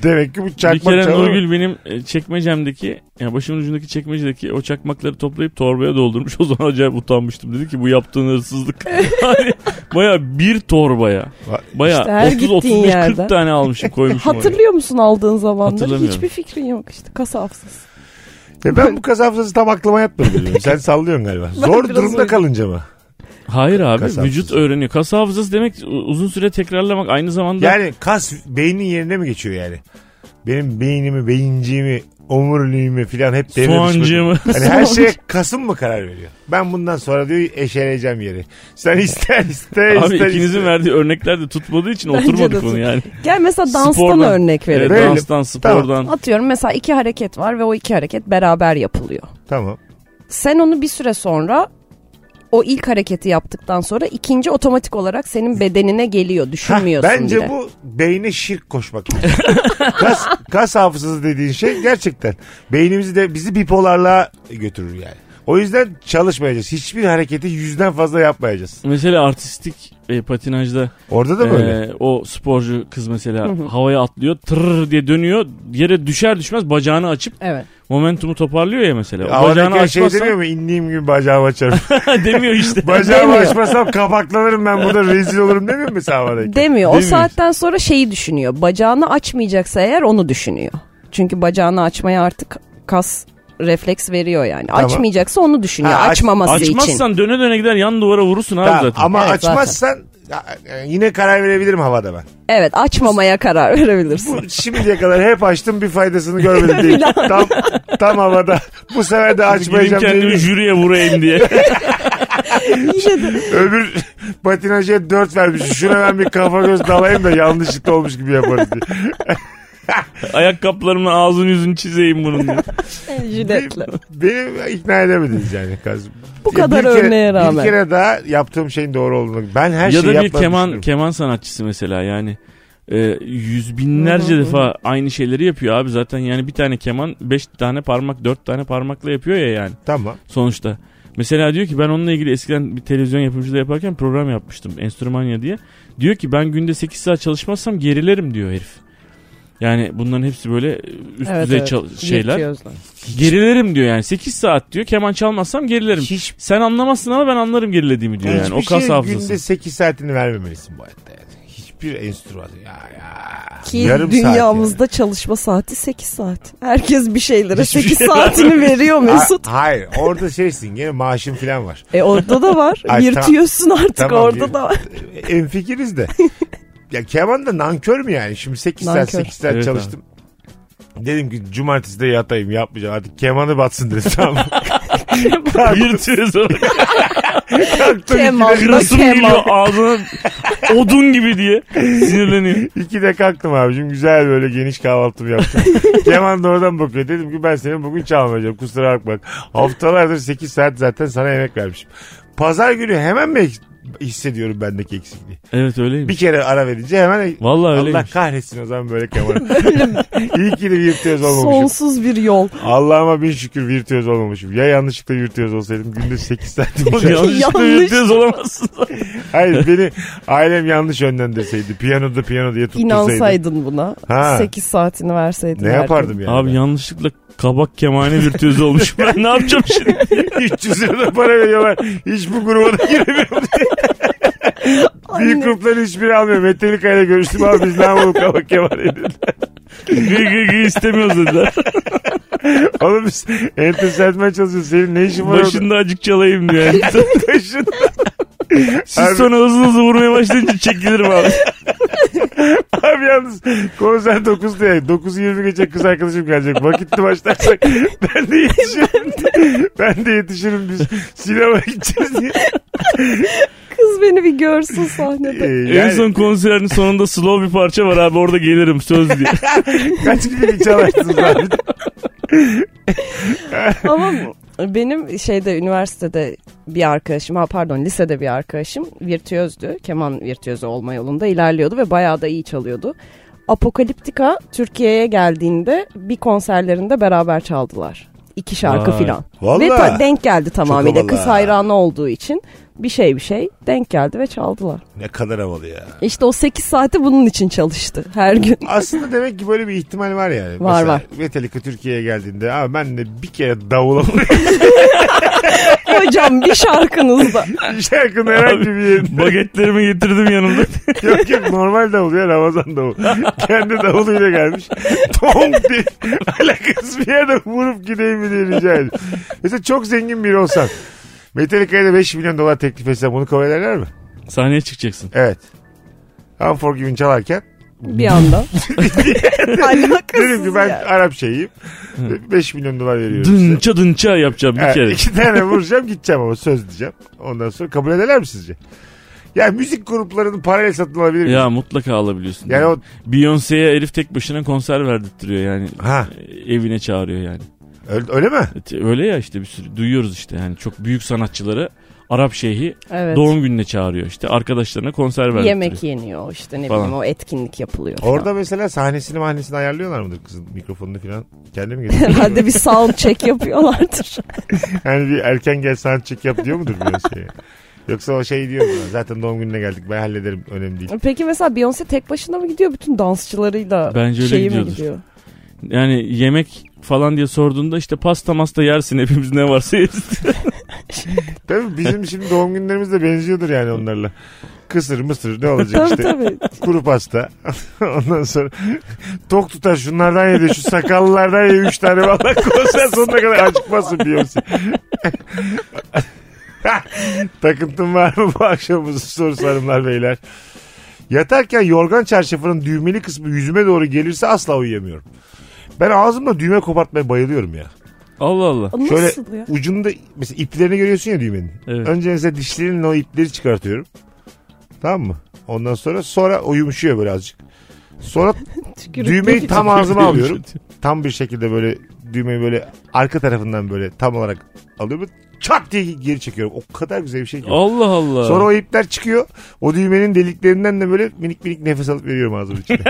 [SPEAKER 3] Demek ki bu
[SPEAKER 5] bir
[SPEAKER 3] çakmak
[SPEAKER 5] kere
[SPEAKER 3] çalar.
[SPEAKER 5] Nurgül benim e, çekmecemdeki ya başımın ucundaki çekmecedeki o çakmakları toplayıp torbaya doldurmuş. O zaman acayip utanmıştım. Dedi ki bu yaptığın hırsızlık. hani baya bir torbaya.
[SPEAKER 3] Va-
[SPEAKER 5] Baya
[SPEAKER 4] İşte her
[SPEAKER 5] 30
[SPEAKER 4] gittiğin
[SPEAKER 5] 35
[SPEAKER 4] yerden.
[SPEAKER 5] 40 tane almışım koymuşum oraya.
[SPEAKER 4] Hatırlıyor musun aldığın zamanları?
[SPEAKER 5] Hatırlamıyorum.
[SPEAKER 4] Hiçbir fikrin yok işte kasa hafızası.
[SPEAKER 3] E ben bu kaz hafızası tam aklıma yatmadı. diyorum. Sen sallıyorsun galiba. Zor
[SPEAKER 4] biraz
[SPEAKER 3] durumda
[SPEAKER 4] öyle.
[SPEAKER 3] kalınca mı?
[SPEAKER 5] Hayır abi
[SPEAKER 3] Kas
[SPEAKER 5] vücut
[SPEAKER 3] hafızası.
[SPEAKER 5] öğreniyor. Kas hafızası demek u- uzun süre tekrarlamak aynı zamanda
[SPEAKER 3] Yani kas beynin yerine mi geçiyor yani? Benim beynimi, beyinciğimi, omuriliğimi filan hep devre
[SPEAKER 5] Soğancığımı.
[SPEAKER 3] düşürdüm. Hani her şeye Kasım mı karar veriyor? Ben bundan sonra diyor eşeleyeceğim yeri. Sen ister ister
[SPEAKER 5] Abi
[SPEAKER 3] ister.
[SPEAKER 5] ikinizin
[SPEAKER 3] ister.
[SPEAKER 5] verdiği örnekler de tutmadığı için
[SPEAKER 4] Bence de
[SPEAKER 5] oturmadı konu
[SPEAKER 4] tut-
[SPEAKER 5] yani.
[SPEAKER 4] Gel mesela danstan
[SPEAKER 5] Spordan.
[SPEAKER 4] örnek verelim.
[SPEAKER 5] Evet,
[SPEAKER 3] Verelim.
[SPEAKER 5] danstan, spordan.
[SPEAKER 4] Atıyorum mesela iki hareket var ve o iki hareket beraber yapılıyor.
[SPEAKER 3] Tamam.
[SPEAKER 4] Sen onu bir süre sonra o ilk hareketi yaptıktan sonra ikinci otomatik olarak senin bedenine geliyor. Düşünmüyorsun
[SPEAKER 3] Bence
[SPEAKER 4] bile.
[SPEAKER 3] bu beyne şirk koşmak. kas, kas hafızası dediğin şey gerçekten beynimizi de bizi bipolarlığa götürür yani. O yüzden çalışmayacağız. Hiçbir hareketi yüzden fazla yapmayacağız.
[SPEAKER 5] Mesela artistik e, patinajda
[SPEAKER 3] Orada da
[SPEAKER 5] e,
[SPEAKER 3] böyle.
[SPEAKER 5] o sporcu kız mesela havaya atlıyor tırr diye dönüyor yere düşer düşmez bacağını açıp
[SPEAKER 4] Evet.
[SPEAKER 5] momentumu toparlıyor ya mesela. O bacağını
[SPEAKER 3] Havadaki şey
[SPEAKER 5] açmazsan
[SPEAKER 3] demiyor
[SPEAKER 5] demiyor,
[SPEAKER 3] mu? İndiğim gün bacağımı açarım.
[SPEAKER 5] işte.
[SPEAKER 3] Bacağımı
[SPEAKER 4] Demiyor.
[SPEAKER 3] açmasam kapaklanırım ben burada rezil olurum demiyor mu mesela havadaki?
[SPEAKER 4] Demiyor. O
[SPEAKER 5] Demiyor.
[SPEAKER 4] saatten sonra şeyi düşünüyor. Bacağını açmayacaksa eğer onu düşünüyor. Çünkü bacağını açmaya artık kas refleks veriyor yani.
[SPEAKER 3] Tamam.
[SPEAKER 4] Açmayacaksa onu düşünüyor.
[SPEAKER 3] Ha, aç-
[SPEAKER 4] Açmaması için.
[SPEAKER 5] Açmazsan döne döne gider yan duvara vurursun abi
[SPEAKER 3] Tamam,
[SPEAKER 5] zaten.
[SPEAKER 3] Ama
[SPEAKER 4] Evet, zaten.
[SPEAKER 3] açmazsan ya, e, yine karar verebilirim havada ben.
[SPEAKER 4] Evet açmamaya karar verebilirsin.
[SPEAKER 3] Bu şimdiye kadar hep açtım bir faydasını görmedim değil. tam, tam havada. Bu sefer de
[SPEAKER 5] Gideyim
[SPEAKER 3] açmayacağım
[SPEAKER 5] kendimi
[SPEAKER 3] diye.
[SPEAKER 5] jüriye vurayım diye.
[SPEAKER 3] Öbür patinajıya dört vermiş. Şuna ben bir kafa göz dalayım da yanlışlıkla olmuş gibi yaparız diye.
[SPEAKER 5] Ayakkabılarımla ağzını yüzünü çizeyim bunun diye.
[SPEAKER 4] Jiletle.
[SPEAKER 3] Beni ikna edemediniz yani. Kaz.
[SPEAKER 4] Bu kadar
[SPEAKER 3] bir kere,
[SPEAKER 4] örneğe rağmen.
[SPEAKER 3] Bir kere daha yaptığım şeyin doğru olduğunu. Ben her
[SPEAKER 5] ya
[SPEAKER 3] şeyi
[SPEAKER 5] da bir
[SPEAKER 3] yapmadım.
[SPEAKER 5] keman keman sanatçısı mesela yani e, yüz binlerce defa aynı şeyleri yapıyor abi zaten yani bir tane keman beş tane parmak dört tane parmakla yapıyor ya yani
[SPEAKER 3] Tamam.
[SPEAKER 5] sonuçta. Mesela diyor ki ben onunla ilgili eskiden bir televizyon yapımcılığı yaparken program yapmıştım Enstrümanya diye. Diyor ki ben günde 8 saat çalışmazsam gerilerim diyor herif. Yani bunların hepsi böyle e, üst düzey çal- şeyler. Gerilerim diyor yani 8 saat diyor keman çalmazsam gerilerim.
[SPEAKER 3] Hiç-
[SPEAKER 5] Sen anlamazsın ama ben anlarım gerilediğimi diyor yani. O
[SPEAKER 3] Hiçbir
[SPEAKER 5] kas
[SPEAKER 3] şey
[SPEAKER 5] hafızası.
[SPEAKER 3] günde 8 saatini vermemelisin bu hayatta. Yani. Hiçbir enstrüman. Ya, ya.
[SPEAKER 4] Ki
[SPEAKER 3] Yarım saat
[SPEAKER 4] dünyamızda çalışma saati 8 saat. Herkes bir şeylere 8 saatini veriyor
[SPEAKER 3] yani.
[SPEAKER 4] Mesut.
[SPEAKER 3] şey Ha- hayır orada şeysin gene maaşın falan var.
[SPEAKER 4] E orada da var.
[SPEAKER 3] Ay,
[SPEAKER 4] Yırtıyorsun artık
[SPEAKER 3] Tamam,
[SPEAKER 4] orada
[SPEAKER 3] bir-
[SPEAKER 4] da var.
[SPEAKER 3] E, En fikiriz de. ya keman da nankör mü yani? Şimdi 8 saat
[SPEAKER 4] Nankör.
[SPEAKER 3] 8 saat
[SPEAKER 5] Evet
[SPEAKER 3] çalıştım. Dedim ki cumartesi de yatayım yapmayacağım artık kemanı batsın dedim tamam mı?
[SPEAKER 5] Yırtıyor sonra.
[SPEAKER 3] Kalktım
[SPEAKER 4] Keman.
[SPEAKER 3] ikide,
[SPEAKER 5] Kırasım
[SPEAKER 4] Kemal.
[SPEAKER 5] geliyor ağzına odun gibi diye sinirleniyor.
[SPEAKER 3] ikide kalktım abicim güzel böyle geniş kahvaltımı yaptım. keman da oradan bakıyor dedim ki ben senin bugün çalmayacağım kusura bakma. Haftalardır 8 saat zaten sana emek vermişim. Pazar günü hemen mi eks- hissediyorum bendeki eksikliği?
[SPEAKER 5] Evet öyleymiş.
[SPEAKER 3] Bir kere ara verince hemen
[SPEAKER 5] Vallahi
[SPEAKER 3] Allah
[SPEAKER 5] öyleymiş.
[SPEAKER 3] kahretsin o zaman böyle kemanı. İyi ki de virtüöz olmamışım.
[SPEAKER 4] Sonsuz bir yol.
[SPEAKER 3] Allah'ıma bin şükür virtüöz olmamışım. Ya yanlışlıkla virtüöz olsaydım günde 8 saat
[SPEAKER 5] Oğlum Yanlışlıkla
[SPEAKER 4] Yanlış.
[SPEAKER 5] yırtıyoruz olamazsın.
[SPEAKER 3] Hayır beni ailem yanlış yönden deseydi. Piyanoda piyano diye tuttursaydı.
[SPEAKER 4] İnansaydın buna.
[SPEAKER 3] Ha.
[SPEAKER 4] 8 saatini verseydin.
[SPEAKER 3] Ne
[SPEAKER 4] her gün.
[SPEAKER 3] yapardım yani?
[SPEAKER 5] Abi
[SPEAKER 3] Abi
[SPEAKER 5] yanlışlıkla kabak kemane virtüözü olmuş. Ben ne yapacağım şimdi?
[SPEAKER 3] 300 lira da para veriyorlar. Hiç bu gruba da giremiyorum diye. Büyük grupların hiçbiri almıyor. Metallica ile görüştüm abi biz ne yapalım kabak kemal edin.
[SPEAKER 5] Gı gı gı istemiyoruz dediler.
[SPEAKER 3] Oğlum biz entertainment çalışıyoruz. Senin ne işin var orada?
[SPEAKER 5] Başında acık çalayım diyor. Yani.
[SPEAKER 3] Başın. Abi-
[SPEAKER 5] Siz sonra hızlı hızlı vurmaya başlayınca çekilirim abi.
[SPEAKER 3] Abi yalnız konser 9'da ya. 9'u 20 geçe kız arkadaşım gelecek. Vakitli başlarsak ben de yetişirim. ben de yetişirim biz sinemaya gideceğiz diye.
[SPEAKER 4] Kız beni bir görsün
[SPEAKER 3] Ee,
[SPEAKER 4] sahnede.
[SPEAKER 5] En
[SPEAKER 3] yani
[SPEAKER 5] son konserin sonunda slow bir parça var abi orada gelirim söz diye.
[SPEAKER 3] kaç gibi çalarsınız abi?
[SPEAKER 4] Ama benim şeyde üniversitede bir arkadaşım, ha pardon lisede bir arkadaşım virtüözdü. Keman virtüözü olma yolunda ilerliyordu ve bayağı da iyi çalıyordu. Apokaliptika Türkiye'ye geldiğinde bir konserlerinde beraber çaldılar. İki şarkı
[SPEAKER 5] Vay.
[SPEAKER 4] filan.
[SPEAKER 3] Vallahi.
[SPEAKER 4] Ve ta- denk geldi tamamıyla.
[SPEAKER 3] havalı
[SPEAKER 4] Kız
[SPEAKER 3] ha.
[SPEAKER 4] hayranı olduğu için bir şey bir şey denk geldi ve çaldılar.
[SPEAKER 3] Ne kadar havalı ya.
[SPEAKER 4] İşte o 8 saati bunun için çalıştı her gün.
[SPEAKER 3] Aslında demek ki böyle bir ihtimal var yani.
[SPEAKER 4] Var,
[SPEAKER 3] Mesela
[SPEAKER 4] var.
[SPEAKER 3] Metallica Türkiye'ye geldiğinde abi ben de bir kere davula
[SPEAKER 4] Hocam bir şarkınızda.
[SPEAKER 3] şarkının herhangi bir yerinde.
[SPEAKER 5] Bagetlerimi getirdim yanımda.
[SPEAKER 3] yok yok normal davul ya Ramazan davul. Kendi davuluyla gelmiş. Tong diye alakasız bir yerde vurup gideyim mi diye rica ediyorum. Mesela çok zengin biri olsan. Metallica'ya da 5 milyon dolar teklif etsem bunu kabul ederler mi?
[SPEAKER 5] Sahneye çıkacaksın.
[SPEAKER 3] Evet. Unforgiven çalarken
[SPEAKER 4] bir anda.
[SPEAKER 3] Dedim ki
[SPEAKER 4] Alakasız
[SPEAKER 3] ben
[SPEAKER 4] yani.
[SPEAKER 3] Arap şeyiyim. 5 milyon dolar veriyorum size.
[SPEAKER 5] Dınça dınça yapacağım bir
[SPEAKER 3] Evet,
[SPEAKER 5] kere.
[SPEAKER 3] iki tane vuracağım gideceğim ama söz diyeceğim. Ondan sonra kabul ederler mi sizce? Ya müzik gruplarının parayla satın alabilir miyiz?
[SPEAKER 5] Ya mutlaka alabiliyorsun.
[SPEAKER 3] Yani o
[SPEAKER 5] Beyoncé'ye herif tek başına konser verdirtiyor yani.
[SPEAKER 3] ha
[SPEAKER 5] E, Evine çağırıyor yani.
[SPEAKER 3] öyle, öyle mi?
[SPEAKER 5] E, te- Öyle ya işte bir sürü duyuyoruz işte yani çok büyük sanatçıları Arap şeyhi
[SPEAKER 4] Evet.
[SPEAKER 5] doğum gününe çağırıyor işte arkadaşlarına konser verdirtiyor.
[SPEAKER 4] Yemek yeniyor işte ne
[SPEAKER 5] Falan.
[SPEAKER 4] bileyim o etkinlik yapılıyor. falan.
[SPEAKER 3] Orada mesela sahnesini mahnesini ayarlıyorlar mıdır kızın mikrofonunu falan? Kendi mi getiriyor?
[SPEAKER 4] Herhalde bir sound check yapıyorlardır.
[SPEAKER 3] Yani bir erken gel sanatçı yap diyor mudur bir şey? Yoksa o şey diyor mu? Zaten doğum gününe geldik ben hallederim önemli değil.
[SPEAKER 4] Peki mesela Beyoncé tek başına mı gidiyor bütün dansçılarıyla?
[SPEAKER 5] Bence öyle
[SPEAKER 4] şeyi
[SPEAKER 5] gidiyordur.
[SPEAKER 4] mi gidiyor?
[SPEAKER 5] Yani yemek falan diye sorduğunda işte pasta masta yersin hepimiz ne varsa yeriz.
[SPEAKER 3] Tabii bizim şimdi doğum günlerimiz de benziyordur yani onlarla. Kısır mısır ne olacak
[SPEAKER 4] Tabii
[SPEAKER 3] işte.
[SPEAKER 4] tabii.
[SPEAKER 3] Kuru pasta. Ondan sonra tok tutar şunlardan yedi şu sakallılardan ye üç tane valla konser sonuna kadar acıkmasın Beyoncé. Takıntım var mı bu akşamımızın sorusu hanımlar beyler. Yatarken yorgan çarşafının düğmeli kısmı yüzüme doğru gelirse asla uyuyamıyorum. Ben ağzımla düğme kopartmaya bayılıyorum ya.
[SPEAKER 5] Allah Allah.
[SPEAKER 3] Şöyle
[SPEAKER 4] Nasıl ya?
[SPEAKER 3] ucunda mesela iplerini görüyorsun ya düğmenin.
[SPEAKER 5] Evet.
[SPEAKER 3] Önce mesela dişlerinle o ipleri çıkartıyorum. Tamam mı? Ondan sonra sonra o yumuşuyor böyle azıcık. Sonra
[SPEAKER 4] Tükürük
[SPEAKER 3] düğmeyi
[SPEAKER 4] yok.
[SPEAKER 3] tam ağzıma alıyorum. Tam bir şekilde böyle düğmeyi böyle arka tarafından böyle tam olarak alıyorum. Çat diye geri çekiyorum. O kadar güzel bir şey ki.
[SPEAKER 5] Allah Allah.
[SPEAKER 3] Sonra o ipler çıkıyor. O düğmenin deliklerinden de böyle minik minik nefes alıp veriyorum ağzımın içine.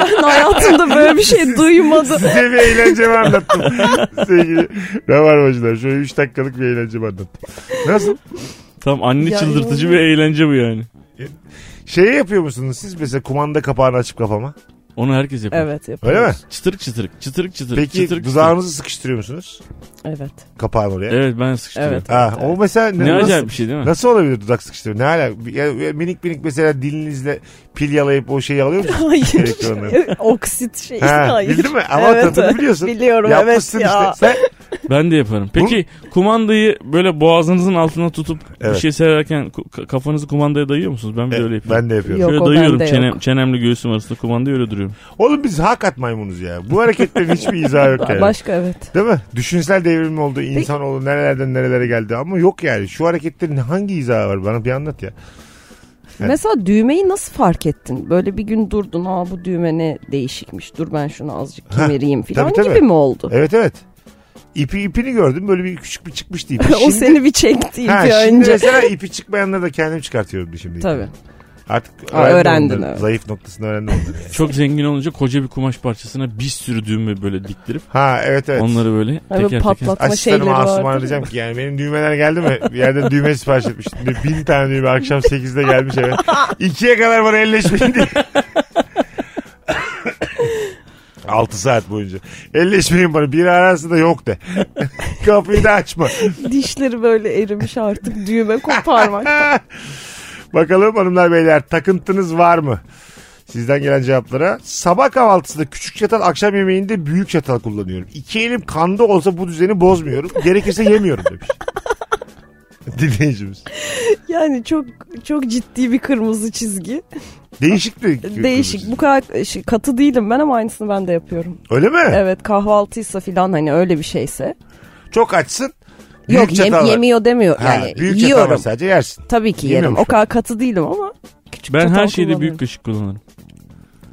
[SPEAKER 4] Ben hayatımda böyle bir şey duymadım.
[SPEAKER 3] Size bir eğlencemi anlattım. Sevgili Rabarbacılar şöyle 3 dakikalık bir eğlencemi anlattım. Nasıl?
[SPEAKER 5] Tam anne
[SPEAKER 4] Ya
[SPEAKER 5] çıldırtıcı
[SPEAKER 4] inanılmaz.
[SPEAKER 5] bir eğlence bu yani.
[SPEAKER 3] Şey yapıyor musunuz siz mesela kumanda kapağını açıp kafama?
[SPEAKER 5] Onu herkes yapıyor.
[SPEAKER 4] Evet yapıyoruz.
[SPEAKER 3] Öyle mi?
[SPEAKER 5] Çıtırık çıtırık çıtırık çıtırık
[SPEAKER 3] Peki
[SPEAKER 5] çıtırık çıtırık.
[SPEAKER 3] dudağınızı sıkıştırıyor musunuz?
[SPEAKER 4] Evet.
[SPEAKER 3] Kapağın oraya.
[SPEAKER 5] Evet ben sıkıştırıyorum.
[SPEAKER 4] Evet.
[SPEAKER 3] Ha, o mesela
[SPEAKER 5] Ne
[SPEAKER 3] nasıl,
[SPEAKER 5] acayip bir şey değil mi?
[SPEAKER 3] nasıl olabilir dudak sıkıştırma? Ne ala? bir- ya- ya minik minik mesela dilinizle pil yalayıp o şeyi alıyor musunuz? Gerekli
[SPEAKER 4] Hayır. Oksit şey.
[SPEAKER 3] Ha,
[SPEAKER 4] hayır.
[SPEAKER 3] bildin mi? Ama tadını biliyorsun.
[SPEAKER 4] Biliyorum
[SPEAKER 3] Yapmışsın
[SPEAKER 4] evet ya.
[SPEAKER 3] işte. Sen
[SPEAKER 5] Ben de yaparım. Peki kumandayı böyle boğazınızın altına tutup
[SPEAKER 3] Evet.
[SPEAKER 5] bir şey seyrederken ku- ka- kafanızı kumandaya dayıyor musunuz? Ben bir de öyle yapıyorum.
[SPEAKER 3] ben de yapıyorum.
[SPEAKER 4] Yok,
[SPEAKER 5] Şöyle
[SPEAKER 4] o
[SPEAKER 5] dayıyorum
[SPEAKER 4] bende
[SPEAKER 5] çenem,
[SPEAKER 4] yok.
[SPEAKER 5] çenemle göğsüm arasında kumandayı öyle duruyorum.
[SPEAKER 3] Oğlum biz hakikat maymunuz ya. Bu hareketlerin hiçbir izahı yok yani.
[SPEAKER 4] Başka evet.
[SPEAKER 3] Değil mi? Düşünsel devrim oldu. insan oldu. Nerelerden nerelere geldi. Ama yok yani. Şu hareketlerin hangi izahı var? Bana bir anlat ya. Evet.
[SPEAKER 4] Mesela düğmeyi nasıl fark ettin? Böyle bir gün durdun ha bu düğme ne değişikmiş. Dur ben şunu azıcık kemireyim falan
[SPEAKER 3] tabii, tabii.
[SPEAKER 4] gibi mi oldu?
[SPEAKER 3] Evet evet. İpi ipini gördüm. Böyle bir küçük bir çıkmıştı ipi.
[SPEAKER 4] o seni bir çekti
[SPEAKER 3] Ha,
[SPEAKER 4] ilk
[SPEAKER 3] şimdi
[SPEAKER 4] önce.
[SPEAKER 3] mesela ipi çıkmayanları da kendim çıkartıyorum şimdi.
[SPEAKER 4] Tabii.
[SPEAKER 3] Artık
[SPEAKER 4] Aa,
[SPEAKER 3] öğrendim
[SPEAKER 4] öğrendin,
[SPEAKER 3] onları.
[SPEAKER 4] evet.
[SPEAKER 3] Zayıf noktasını öğrendim onları. yani.
[SPEAKER 5] Çok zengin olunca koca bir kumaş parçasına bir sürü düğme böyle diktirip
[SPEAKER 3] Ha evet evet.
[SPEAKER 5] onları böyle
[SPEAKER 4] Hani
[SPEAKER 5] teker teker.
[SPEAKER 4] patlatma şeyleri
[SPEAKER 3] Asistanım Asuman
[SPEAKER 4] vardı.
[SPEAKER 3] diyeceğim ki yani benim düğmeler geldi mi? Bir yerden düğme sipariş etmiştim. Bir bin tane düğme akşam 8'de gelmiş eve. İkiye kadar bana elleşmeyin diye. 6 saat boyunca. Elleşmeyin bana. Biri ararsa da yok de. Kapıyı da açma.
[SPEAKER 4] Dişleri böyle erimiş artık düğme koparmak.
[SPEAKER 3] Bakalım hanımlar beyler takıntınız var mı? Sizden gelen cevaplara. Sabah kahvaltısında küçük çatal, akşam yemeğinde büyük çatal kullanıyorum. İki elim kanda olsa bu düzeni bozmuyorum. Gerekirse yemiyorum demiş. Dinleyicimiz.
[SPEAKER 4] Yani çok çok ciddi bir kırmızı çizgi.
[SPEAKER 3] Değişik bir
[SPEAKER 4] Değişik. Bu kadar şey, katı değilim ben ama aynısını ben de yapıyorum.
[SPEAKER 3] Öyle mi?
[SPEAKER 4] Evet kahvaltıysa filan hani öyle bir şeyse.
[SPEAKER 3] Çok açsın. Büyük
[SPEAKER 4] Yok yem-
[SPEAKER 3] çatal var.
[SPEAKER 4] yemiyor demiyor.
[SPEAKER 3] Ha,
[SPEAKER 4] yani
[SPEAKER 3] büyük çatal var
[SPEAKER 4] yiyorum.
[SPEAKER 3] sadece yersin.
[SPEAKER 4] Tabii ki
[SPEAKER 3] Yemiyor
[SPEAKER 4] yerim.
[SPEAKER 3] musun?
[SPEAKER 4] O kadar katı değilim ama küçük
[SPEAKER 5] Ben
[SPEAKER 4] çatal
[SPEAKER 5] her şeyde büyük
[SPEAKER 4] kullanıyorum.
[SPEAKER 5] kaşık kullanırım.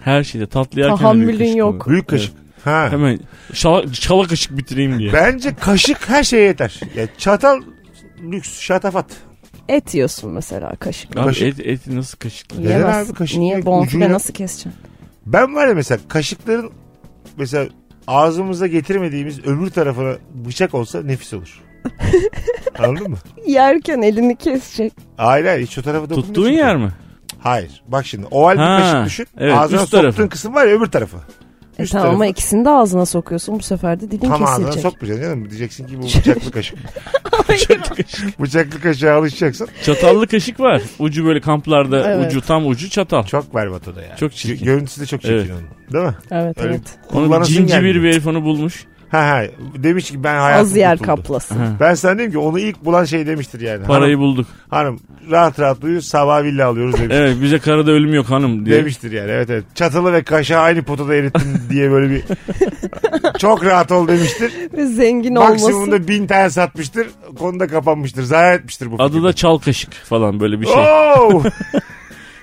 [SPEAKER 5] Her şeyde tatlı yerken de büyük
[SPEAKER 4] Tahammülün
[SPEAKER 5] kaşık
[SPEAKER 4] yok.
[SPEAKER 5] kullanırım.
[SPEAKER 3] Büyük kaşık. Ha.
[SPEAKER 5] Evet. Hemen şala, çala kaşık bitireyim diye.
[SPEAKER 3] Bence kaşık her şeye yeter. Ya çatal lüks şatafat.
[SPEAKER 4] Et yiyorsun mesela kaşıkla.
[SPEAKER 5] Abi
[SPEAKER 3] kaşık.
[SPEAKER 5] et, eti nasıl kaşıkla?
[SPEAKER 3] Neden
[SPEAKER 4] Yiyemez.
[SPEAKER 3] abi kaşık
[SPEAKER 4] Niye
[SPEAKER 3] yok?
[SPEAKER 4] bonfile
[SPEAKER 3] Ucuyla-
[SPEAKER 4] nasıl keseceksin?
[SPEAKER 3] Ben var ya mesela kaşıkların mesela ağzımıza getirmediğimiz öbür tarafına bıçak olsa nefis olur. Anladın mı?
[SPEAKER 4] Yerken elini kesecek.
[SPEAKER 3] Hayır hayır hiç o tarafa dokunmuyorsun.
[SPEAKER 5] Tuttuğun
[SPEAKER 3] ki.
[SPEAKER 5] yer mi?
[SPEAKER 3] Hayır. Bak şimdi oval bir
[SPEAKER 5] Ha,
[SPEAKER 3] kaşık düşün.
[SPEAKER 5] evet,
[SPEAKER 3] Ağzına
[SPEAKER 5] üst
[SPEAKER 3] soktuğun
[SPEAKER 5] tarafı.
[SPEAKER 3] kısım var ya öbür tarafı.
[SPEAKER 4] E
[SPEAKER 3] Üst
[SPEAKER 4] tamam
[SPEAKER 3] tarafı.
[SPEAKER 4] ama ikisini de ağzına sokuyorsun bu sefer de dilin
[SPEAKER 3] Tam ağzına
[SPEAKER 4] kesilecek.
[SPEAKER 3] sokmayacaksın canım. Diyeceksin ki bu bıçaklı kaşık. bıçaklı kaşığa alışacaksın.
[SPEAKER 5] Çatallı kaşık var. Ucu böyle kamplarda
[SPEAKER 4] Evet.
[SPEAKER 5] ucu tam ucu çatal.
[SPEAKER 3] Çok berbat o da yani.
[SPEAKER 5] Çok çirkin.
[SPEAKER 3] Görüntüsü de çok çirkin
[SPEAKER 5] Evet.
[SPEAKER 3] onun. Değil mi?
[SPEAKER 4] Evet
[SPEAKER 3] Öyle
[SPEAKER 4] evet.
[SPEAKER 5] Onu
[SPEAKER 3] Kullanasın
[SPEAKER 5] cinci bir
[SPEAKER 3] gelmiyor.
[SPEAKER 5] bir herif onu bulmuş.
[SPEAKER 3] Ha, ha. Demiş ki ben hayatım
[SPEAKER 4] Az yer
[SPEAKER 3] kurtuldu.
[SPEAKER 4] kaplasın.
[SPEAKER 3] Ben sana diyeyim ki onu ilk bulan şey demiştir yani.
[SPEAKER 5] Parayı
[SPEAKER 3] Hanım,
[SPEAKER 5] bulduk.
[SPEAKER 3] hanım rahat rahat uyu sabah villa alıyoruz demiş.
[SPEAKER 5] Evet bize karada ölüm yok hanım diye.
[SPEAKER 3] Demiştir yani evet evet. Çatalı ve kaşığı aynı potada erittim diye böyle bir çok rahat ol demiştir.
[SPEAKER 4] Ve zengin olması.
[SPEAKER 3] Maksimumda bin tane satmıştır. Konuda kapanmıştır. Zarar etmiştir bu
[SPEAKER 5] Adı
[SPEAKER 3] fikir.
[SPEAKER 5] da çal kaşık falan böyle bir şey.
[SPEAKER 3] Oo! Oh,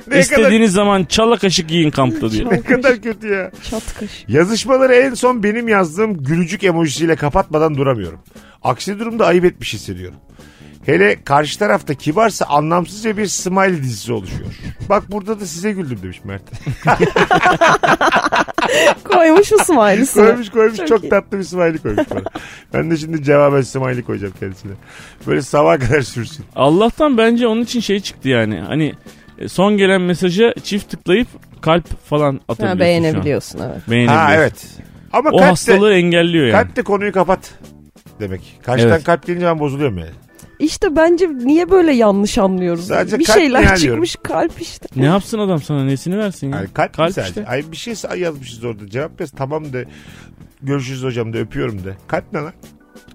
[SPEAKER 3] ne kadar,
[SPEAKER 5] İstediğiniz zaman çala kaşık yiyin kampta diyor.
[SPEAKER 3] ne kadar kötü ya.
[SPEAKER 4] Çat kaşık.
[SPEAKER 3] Yazışmaları en son benim yazdığım gülücük emojisiyle kapatmadan duramıyorum. Aksi durumda ayıp etmiş hissediyorum. Hele karşı tarafta kibarsa anlamsızca bir smile dizisi oluşuyor. Bak burada da size güldüm demiş Mert.
[SPEAKER 4] Koymuş Osmanlısını.
[SPEAKER 3] koymuş koymuş çok,
[SPEAKER 4] Çok iyi.
[SPEAKER 3] tatlı bir smiley koymuş bana. ben de şimdi cevaben smiley koyacağım kendisine. Böyle sabah kadar sürsün.
[SPEAKER 5] Allah'tan bence onun için şey çıktı yani. Hani e, son gelen mesaja çift tıklayıp kalp falan atabiliyorsun. şu an.
[SPEAKER 4] Ha, beğenebiliyorsun evet.
[SPEAKER 5] Beğenebiliyorsun.
[SPEAKER 3] Ha evet. Ama
[SPEAKER 5] O
[SPEAKER 3] kalp
[SPEAKER 5] hastalığı engelliyor
[SPEAKER 3] de,
[SPEAKER 5] yani.
[SPEAKER 3] kalp de konuyu kapat demek. Karşıdan
[SPEAKER 5] Evet.
[SPEAKER 3] kalp gelince ben bozuluyorum yani.
[SPEAKER 4] İşte bence niye böyle yanlış anlıyoruz?
[SPEAKER 3] Sadece
[SPEAKER 4] bir
[SPEAKER 3] kalp
[SPEAKER 4] şeyler
[SPEAKER 3] yani
[SPEAKER 4] çıkmış
[SPEAKER 3] diyorum.
[SPEAKER 4] kalp işte.
[SPEAKER 5] Ne yapsın adam sana nesini versin ya?
[SPEAKER 3] Yani kalp, mi sadece?
[SPEAKER 5] işte.
[SPEAKER 3] Ay bir şey sa- yazmışız orada. Cevap yaz tamam de. Görüşürüz hocam de öpüyorum de. Kalp ne lan?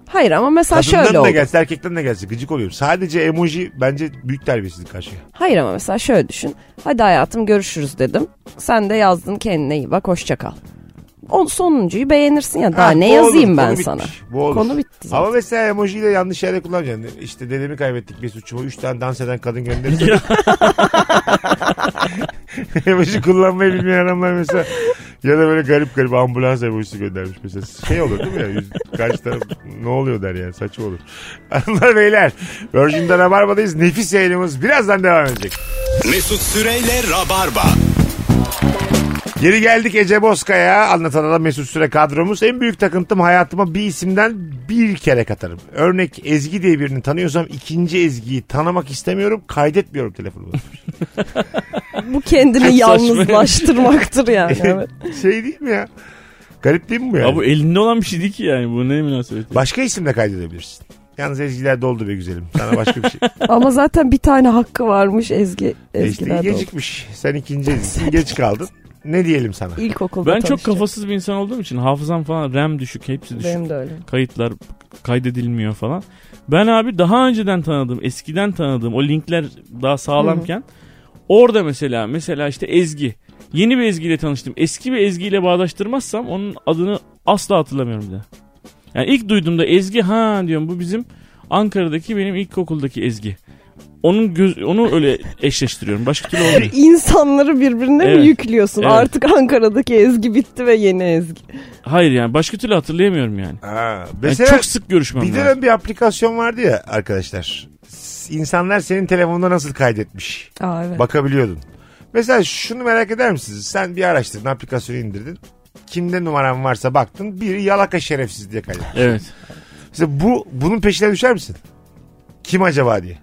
[SPEAKER 4] Hayır ama mesela
[SPEAKER 3] Kadından
[SPEAKER 4] şöyle
[SPEAKER 3] da
[SPEAKER 4] oldu.
[SPEAKER 3] gelse erkekten de gelse gıcık oluyorum. Sadece emoji bence büyük terbiyesizlik karşıya.
[SPEAKER 4] Hayır ama mesela şöyle düşün. Hadi hayatım görüşürüz dedim. Sen de yazdın kendine iyi bak hoşça kal. O sonuncuyu beğenirsin ya daha
[SPEAKER 3] Ha,
[SPEAKER 4] ne
[SPEAKER 3] bu olur,
[SPEAKER 4] yazayım
[SPEAKER 3] konu
[SPEAKER 4] ben
[SPEAKER 3] bitmiş,
[SPEAKER 4] sana.
[SPEAKER 3] bu olur.
[SPEAKER 4] Konu bitti zaten.
[SPEAKER 3] Ama mesela emojiyi de yanlış yerde kullanmayacaksın. Yani İşte dedemi kaybettik bir suçuma. Üç tane dans eden kadın gönderirsin. emoji kullanmayı bilmeyen adamlar mesela. Ya da böyle garip garip ambulans emojisi göndermiş mesela. Şey olur değil mi ya? Yüz- Karşı taraf ne oluyor der yani saçma olur. Hanımlar beyler Virgin'de Rabarba'dayız. Nefis yayınımız birazdan devam edecek.
[SPEAKER 2] Mesut Süreyle Rabarba.
[SPEAKER 3] Geri geldik Ece Bozkaya. Anlatan adam Mesut Süre kadromuz. En büyük takıntım hayatıma bir isimden bir kere katarım. Örnek Ezgi diye birini tanıyorsam ikinci Ezgi'yi tanımak istemiyorum. Kaydetmiyorum telefonumu.
[SPEAKER 4] Bu kendini
[SPEAKER 5] Çok saçma.
[SPEAKER 4] yalnızlaştırmaktır yani. Evet.
[SPEAKER 3] şey değil mi ya? Garip değil mi bu yani?
[SPEAKER 5] Ya bu elinde olan bir şey değil ki yani. Bu ne münasebet.
[SPEAKER 3] Başka isimle kaydedebilirsin. Yalnız Ezgi'ler doldu be güzelim. Sana başka bir şey.
[SPEAKER 4] ama zaten bir tane hakkı varmış Ezgi.
[SPEAKER 3] işte
[SPEAKER 4] Ezgi'den de oldu.
[SPEAKER 3] gecikmiş. Sen ikinci Ezgi'sin. Geç kaldın. Ne diyelim sana?
[SPEAKER 4] İlkokulda
[SPEAKER 5] Ben çok
[SPEAKER 4] tanışacak.
[SPEAKER 5] kafasız bir insan olduğum için hafızam falan RAM düşük hepsi düşük.
[SPEAKER 4] Benim de öyle.
[SPEAKER 5] Kayıtlar kaydedilmiyor falan. Ben abi daha önceden tanıdığım, eskiden tanıdığım o linkler daha sağlamken orada mesela mesela işte Ezgi. Yeni bir Ezgi ile tanıştım. Eski bir Ezgi ile bağdaştırmazsam onun adını asla hatırlamıyorum bir daha. Yani ilk duyduğumda Ezgi ha diyorum bu bizim Ankara'daki benim ilkokuldaki Ezgi. Onun göz, onu öyle eşleştiriyorum. Başka türlü olmuyor.
[SPEAKER 4] İnsanları birbirine
[SPEAKER 5] Evet.
[SPEAKER 4] mi yüklüyorsun?
[SPEAKER 5] Evet.
[SPEAKER 4] Artık Ankara'daki Ezgi bitti ve yeni Ezgi.
[SPEAKER 5] Hayır yani başka türlü hatırlayamıyorum yani.
[SPEAKER 3] Ha,
[SPEAKER 5] Yani
[SPEAKER 3] mesela
[SPEAKER 5] çok sık görüşmem
[SPEAKER 3] bir
[SPEAKER 5] lazım.
[SPEAKER 3] dönem bir aplikasyon vardı ya arkadaşlar. S- İnsanlar senin telefonunda nasıl kaydetmiş?
[SPEAKER 4] Aa evet.
[SPEAKER 3] bakabiliyordun. Mesela şunu merak eder misiniz? Sen bir araştırdın, aplikasyonu indirdin. Kimde numaran varsa baktın. Biri yalaka şerefsiz diye kaydetti.
[SPEAKER 5] Evet.
[SPEAKER 3] Mesela bu bunun peşine düşer misin? Kim acaba diye.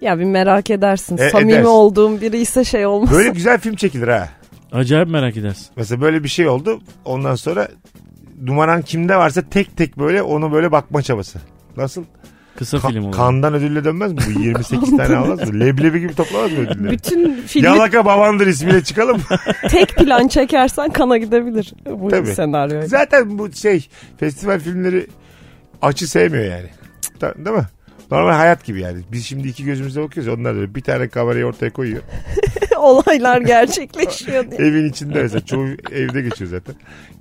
[SPEAKER 4] Ya bir merak edersin.
[SPEAKER 3] E,
[SPEAKER 4] Samimi
[SPEAKER 3] edersin.
[SPEAKER 4] olduğum biri ise şey olmaz.
[SPEAKER 3] Böyle güzel film çekilir ha.
[SPEAKER 5] Acayip merak edersin.
[SPEAKER 3] Mesela böyle bir şey oldu. Ondan sonra numaran kimde varsa tek tek böyle onu böyle bakma çabası. Nasıl?
[SPEAKER 5] Kısa
[SPEAKER 3] Ka-
[SPEAKER 5] film olur.
[SPEAKER 3] kandan ödülle dönmez mi? Bu 28 tane almaz mı? Leblebi gibi toplamaz mı ödülleri?
[SPEAKER 4] Bütün filmi
[SPEAKER 3] Yalaka babandır ismiyle çıkalım.
[SPEAKER 4] tek plan çekersen kana gidebilir bu
[SPEAKER 3] Tabii.
[SPEAKER 4] senaryo.
[SPEAKER 3] Zaten bu şey festival filmleri açı sevmiyor yani. Cık, da- Değil mi? Normal hayat gibi yani. Biz şimdi iki gözümüzle bakıyoruz. Onlar da bir tane kamerayı ortaya koyuyor.
[SPEAKER 4] Olaylar gerçekleşiyor
[SPEAKER 5] E-
[SPEAKER 4] diye.
[SPEAKER 3] Evin içinde mesela. Çoğu evde geçiyor zaten.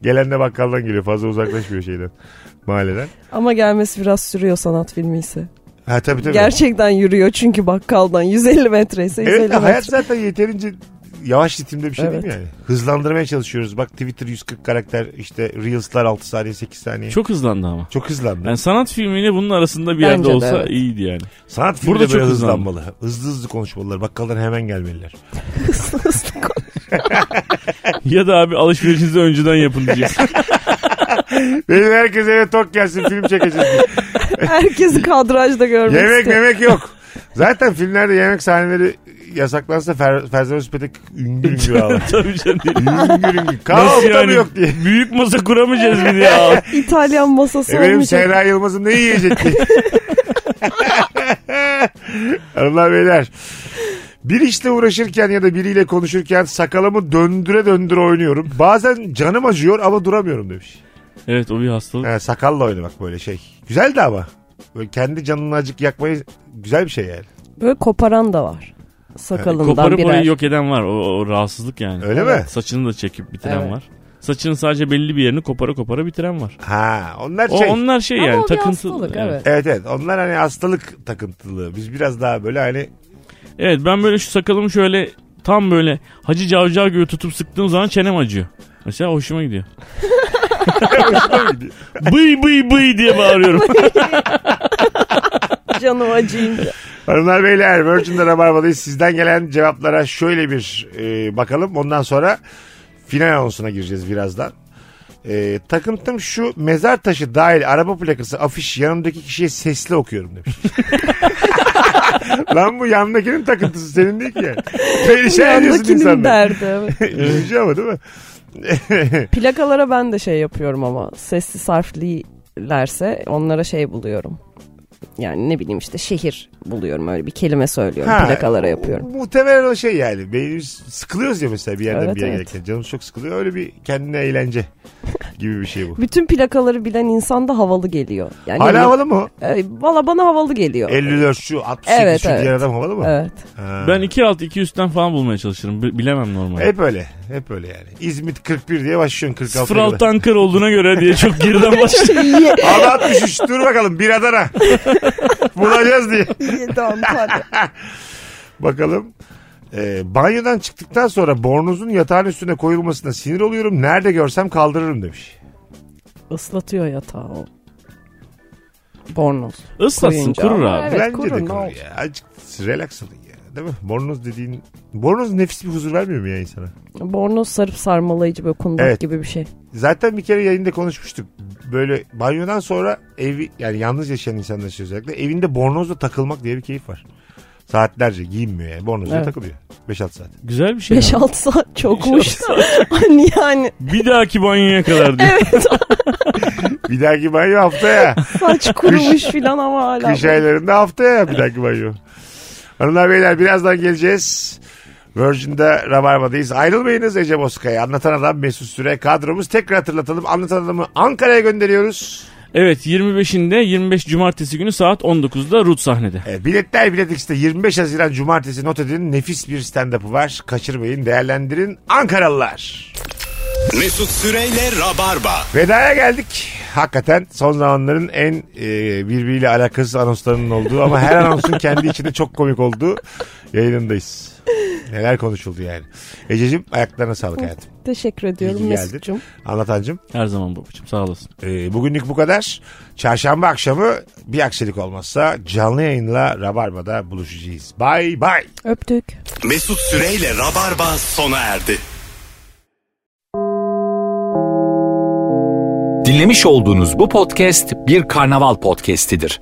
[SPEAKER 3] Gelen de bakkaldan geliyor. Fazla uzaklaşmıyor şeyden. Mahalleden.
[SPEAKER 4] Ama gelmesi biraz sürüyor sanat filmi ise.
[SPEAKER 3] Ha tabii tabii.
[SPEAKER 4] Gerçekten yürüyor çünkü bakkaldan 150 metre ise 150
[SPEAKER 3] Evet de
[SPEAKER 4] metre.
[SPEAKER 3] hayat zaten yeterince yavaş ritimde bir şey değil mi
[SPEAKER 4] Evet.
[SPEAKER 3] yani? Hızlandırmaya çalışıyoruz. Bak Twitter 140 karakter işte Reels'lar 6 saniye 8 saniye. Çok,
[SPEAKER 5] Çok hızlandı ama.
[SPEAKER 3] hızlandı.
[SPEAKER 5] Yani sanat filmiyle bunun arasında bir
[SPEAKER 4] Bence
[SPEAKER 5] yerde
[SPEAKER 4] de
[SPEAKER 5] olsa
[SPEAKER 4] evet.
[SPEAKER 5] iyiydi yani.
[SPEAKER 3] Sanat filmi
[SPEAKER 5] Burada
[SPEAKER 3] de böyle
[SPEAKER 5] çok
[SPEAKER 3] hızlanmalı. Hızlı hızlı konuşmalılar. Bakkaldan hemen gelmeliler.
[SPEAKER 5] ya da abi alışverişinizi önceden yapın diyeceksin.
[SPEAKER 3] Benim herkes eve tok gelsin film çekeceğiz.
[SPEAKER 4] Herkesi kadrajda görmek
[SPEAKER 3] yemek
[SPEAKER 4] istiyor.
[SPEAKER 3] yemek yok. Zaten filmlerde yemek sahneleri yasaklansa Fer Ferzan Özpetek üngür üngür ağlar.
[SPEAKER 5] Tabii canım. değil.
[SPEAKER 3] üngür üngür. Kahvaltı mı yok diye. E,
[SPEAKER 5] Büyük masa kuramayacağız bir ya.
[SPEAKER 4] İtalyan masası
[SPEAKER 3] Efendim
[SPEAKER 4] olmayacak.
[SPEAKER 3] Sehra Yılmaz'ın ne yiyecek diye. Hanımlar beyler. Bir işle uğraşırken ya da biriyle konuşurken sakalımı döndüre döndüre oynuyorum. Bazen canım acıyor ama duramıyorum demiş.
[SPEAKER 5] Evet o bir hastalık.
[SPEAKER 3] Ha, sakalla oynamak böyle şey. Güzeldi ama. Böyle kendi canını acık yakmayı güzel bir şey yani.
[SPEAKER 4] Böyle koparan da var. Sakalından
[SPEAKER 5] Koparıp orayı
[SPEAKER 4] birer.
[SPEAKER 5] yok eden var. O, o rahatsızlık yani.
[SPEAKER 3] Öyle mi?
[SPEAKER 5] Saçını da çekip bitiren
[SPEAKER 4] Evet.
[SPEAKER 5] var. Saçının sadece belli bir yerini kopara kopara bitiren var.
[SPEAKER 3] Ha onlar
[SPEAKER 5] O
[SPEAKER 3] şey.
[SPEAKER 5] onlar şey
[SPEAKER 4] Ama
[SPEAKER 5] yani
[SPEAKER 4] o bir
[SPEAKER 5] takıntı.
[SPEAKER 4] hastalık, evet.
[SPEAKER 3] Evet evet onlar hani hastalık takıntılı. Biz biraz daha böyle hani
[SPEAKER 5] Evet ben böyle şu sakalımı şöyle tam böyle hacı cavcav gibi tutup sıktığım zaman çenem acıyor. Mesela hoşuma gidiyor. bıy bıy bıy diye bağırıyorum.
[SPEAKER 4] Canım acıyınca.
[SPEAKER 3] Hanımlar beyler Virgin'de Rabarba'dayız. Sizden gelen cevaplara şöyle bir e, bakalım. Ondan sonra final anonsuna gireceğiz birazdan. E, takıntım şu mezar taşı dahil araba plakası afiş yanımdaki kişiye sesli okuyorum demiş. Lan bu yanındakinin takıntısı senin değil ki yani. Perişan ediyorsun
[SPEAKER 4] Yandakinin
[SPEAKER 3] insanları.
[SPEAKER 4] derdi. evet.
[SPEAKER 3] Üzücü ama değil mi?
[SPEAKER 4] Plakalara ben de şey yapıyorum ama sessiz harflilerse onlara şey buluyorum. Yani ne bileyim işte şehir buluyorum öyle bir kelime söylüyorum
[SPEAKER 3] Ha,
[SPEAKER 4] plakalara
[SPEAKER 3] o-
[SPEAKER 4] yapıyorum.
[SPEAKER 3] Muhtemelen o şey yani. Beynimiz sıkılıyoruz ya mesela bir yerden
[SPEAKER 4] Evet,
[SPEAKER 3] bir yere
[SPEAKER 4] evet.
[SPEAKER 3] gelirken. Canımız çok sıkılıyor. Öyle bir kendine eğlence gibi bir şey bu.
[SPEAKER 4] Bütün plakaları bilen insan da havalı geliyor. Yani
[SPEAKER 3] Hala havalı mı? o?
[SPEAKER 4] E, Valla bana havalı geliyor.
[SPEAKER 3] 54 şu 68
[SPEAKER 4] Evet,
[SPEAKER 3] şu
[SPEAKER 4] evet.
[SPEAKER 3] diğer adam havalı mı?
[SPEAKER 4] Evet.
[SPEAKER 3] Ha.
[SPEAKER 5] ben iki alt iki üstten falan bulmaya çalışırım. Bi- bilemem normal.
[SPEAKER 3] hep öyle. Hep öyle yani. İzmit 41 diye başlıyorsun 46.
[SPEAKER 5] Sıfır
[SPEAKER 3] 0
[SPEAKER 5] alt tankır olduğuna göre diye çok geriden başladım.
[SPEAKER 4] İyi,
[SPEAKER 3] 63 dur bakalım bir Adana. Bulacağız diye.
[SPEAKER 4] iyi, tamam, hadi.
[SPEAKER 3] Bakalım. Ee, banyodan çıktıktan sonra bornozun yatağın üstüne koyulmasına sinir oluyorum. Nerede görsem kaldırırım demiş.
[SPEAKER 4] Islatıyor yatağı o. Bornoz.
[SPEAKER 5] Islatsın
[SPEAKER 4] Koyunca.
[SPEAKER 5] kurur
[SPEAKER 4] Ama
[SPEAKER 5] abi.
[SPEAKER 4] Evet,
[SPEAKER 3] Bence
[SPEAKER 4] kurun,
[SPEAKER 3] de
[SPEAKER 4] ne
[SPEAKER 3] kurur
[SPEAKER 4] olacak?
[SPEAKER 3] ya. Azıcık relax olun ya. Değil mi? Bornoz dediğin... Bornoz nefis bir huzur vermiyor mu ya insana?
[SPEAKER 4] Bornoz sarıp sarmalayıcı böyle kundak
[SPEAKER 3] Evet.
[SPEAKER 4] gibi bir şey.
[SPEAKER 3] Zaten bir kere yayında konuşmuştuk. Böyle banyodan sonra evi yani yalnız yaşayan insanlar için özellikle evinde bornozla takılmak diye bir keyif var. Saatlerce giyinmiyor yani bornozla
[SPEAKER 4] Evet.
[SPEAKER 3] takılıyor. 5-6 saat.
[SPEAKER 5] Güzel bir şey. ya.
[SPEAKER 4] 5-6 saat çokmuş. hani yani
[SPEAKER 5] Bir dahaki banyoya kadar diye.
[SPEAKER 3] Bir dahaki banyo haftaya.
[SPEAKER 4] saç kurumuş filan ama hala.
[SPEAKER 3] Kış aylarında haftaya bir dahaki banyo. Hanımlar beyler birazdan geleceğiz. Virgin'de Rabarba'dayız. Ayrılmayınız Ece Bozkaya. Anlatan Adam Mesut Süre kadromuz. Tekrar hatırlatalım. Anlatan Adam'ı Ankara'ya gönderiyoruz.
[SPEAKER 5] Evet 25'inde 25 cumartesi günü saat 19'da Rut sahnede.
[SPEAKER 3] E, biletler Bilet X'te 25 Haziran Cumartesi not edin. Nefis bir stand-up'ı var. Kaçırmayın, değerlendirin. Ankaralılar.
[SPEAKER 2] Mesut Süreyle Rabarba.
[SPEAKER 3] Vedaya geldik. Hakikaten son zamanların en e, birbiriyle alakasız anonslarının olduğu ama her anonsun kendi içinde çok komik olduğu yayınındayız. Neler konuşuldu yani. Ececiğim ayaklarına sağlık hayatım.
[SPEAKER 4] Teşekkür ediyorum
[SPEAKER 3] İyi ki geldin.
[SPEAKER 4] Mesut'cum.
[SPEAKER 3] Anlatancım.
[SPEAKER 5] Her zaman babacığım sağ olasın.
[SPEAKER 3] E, bugünlük bu kadar. Çarşamba akşamı bir aksilik olmazsa canlı yayınla Rabarba'da buluşacağız. Bay bay.
[SPEAKER 4] Öptük.
[SPEAKER 2] Mesut Süreyle Rabarba sona erdi.
[SPEAKER 1] Dinlemiş olduğunuz bu podcast bir karnaval podcastidir.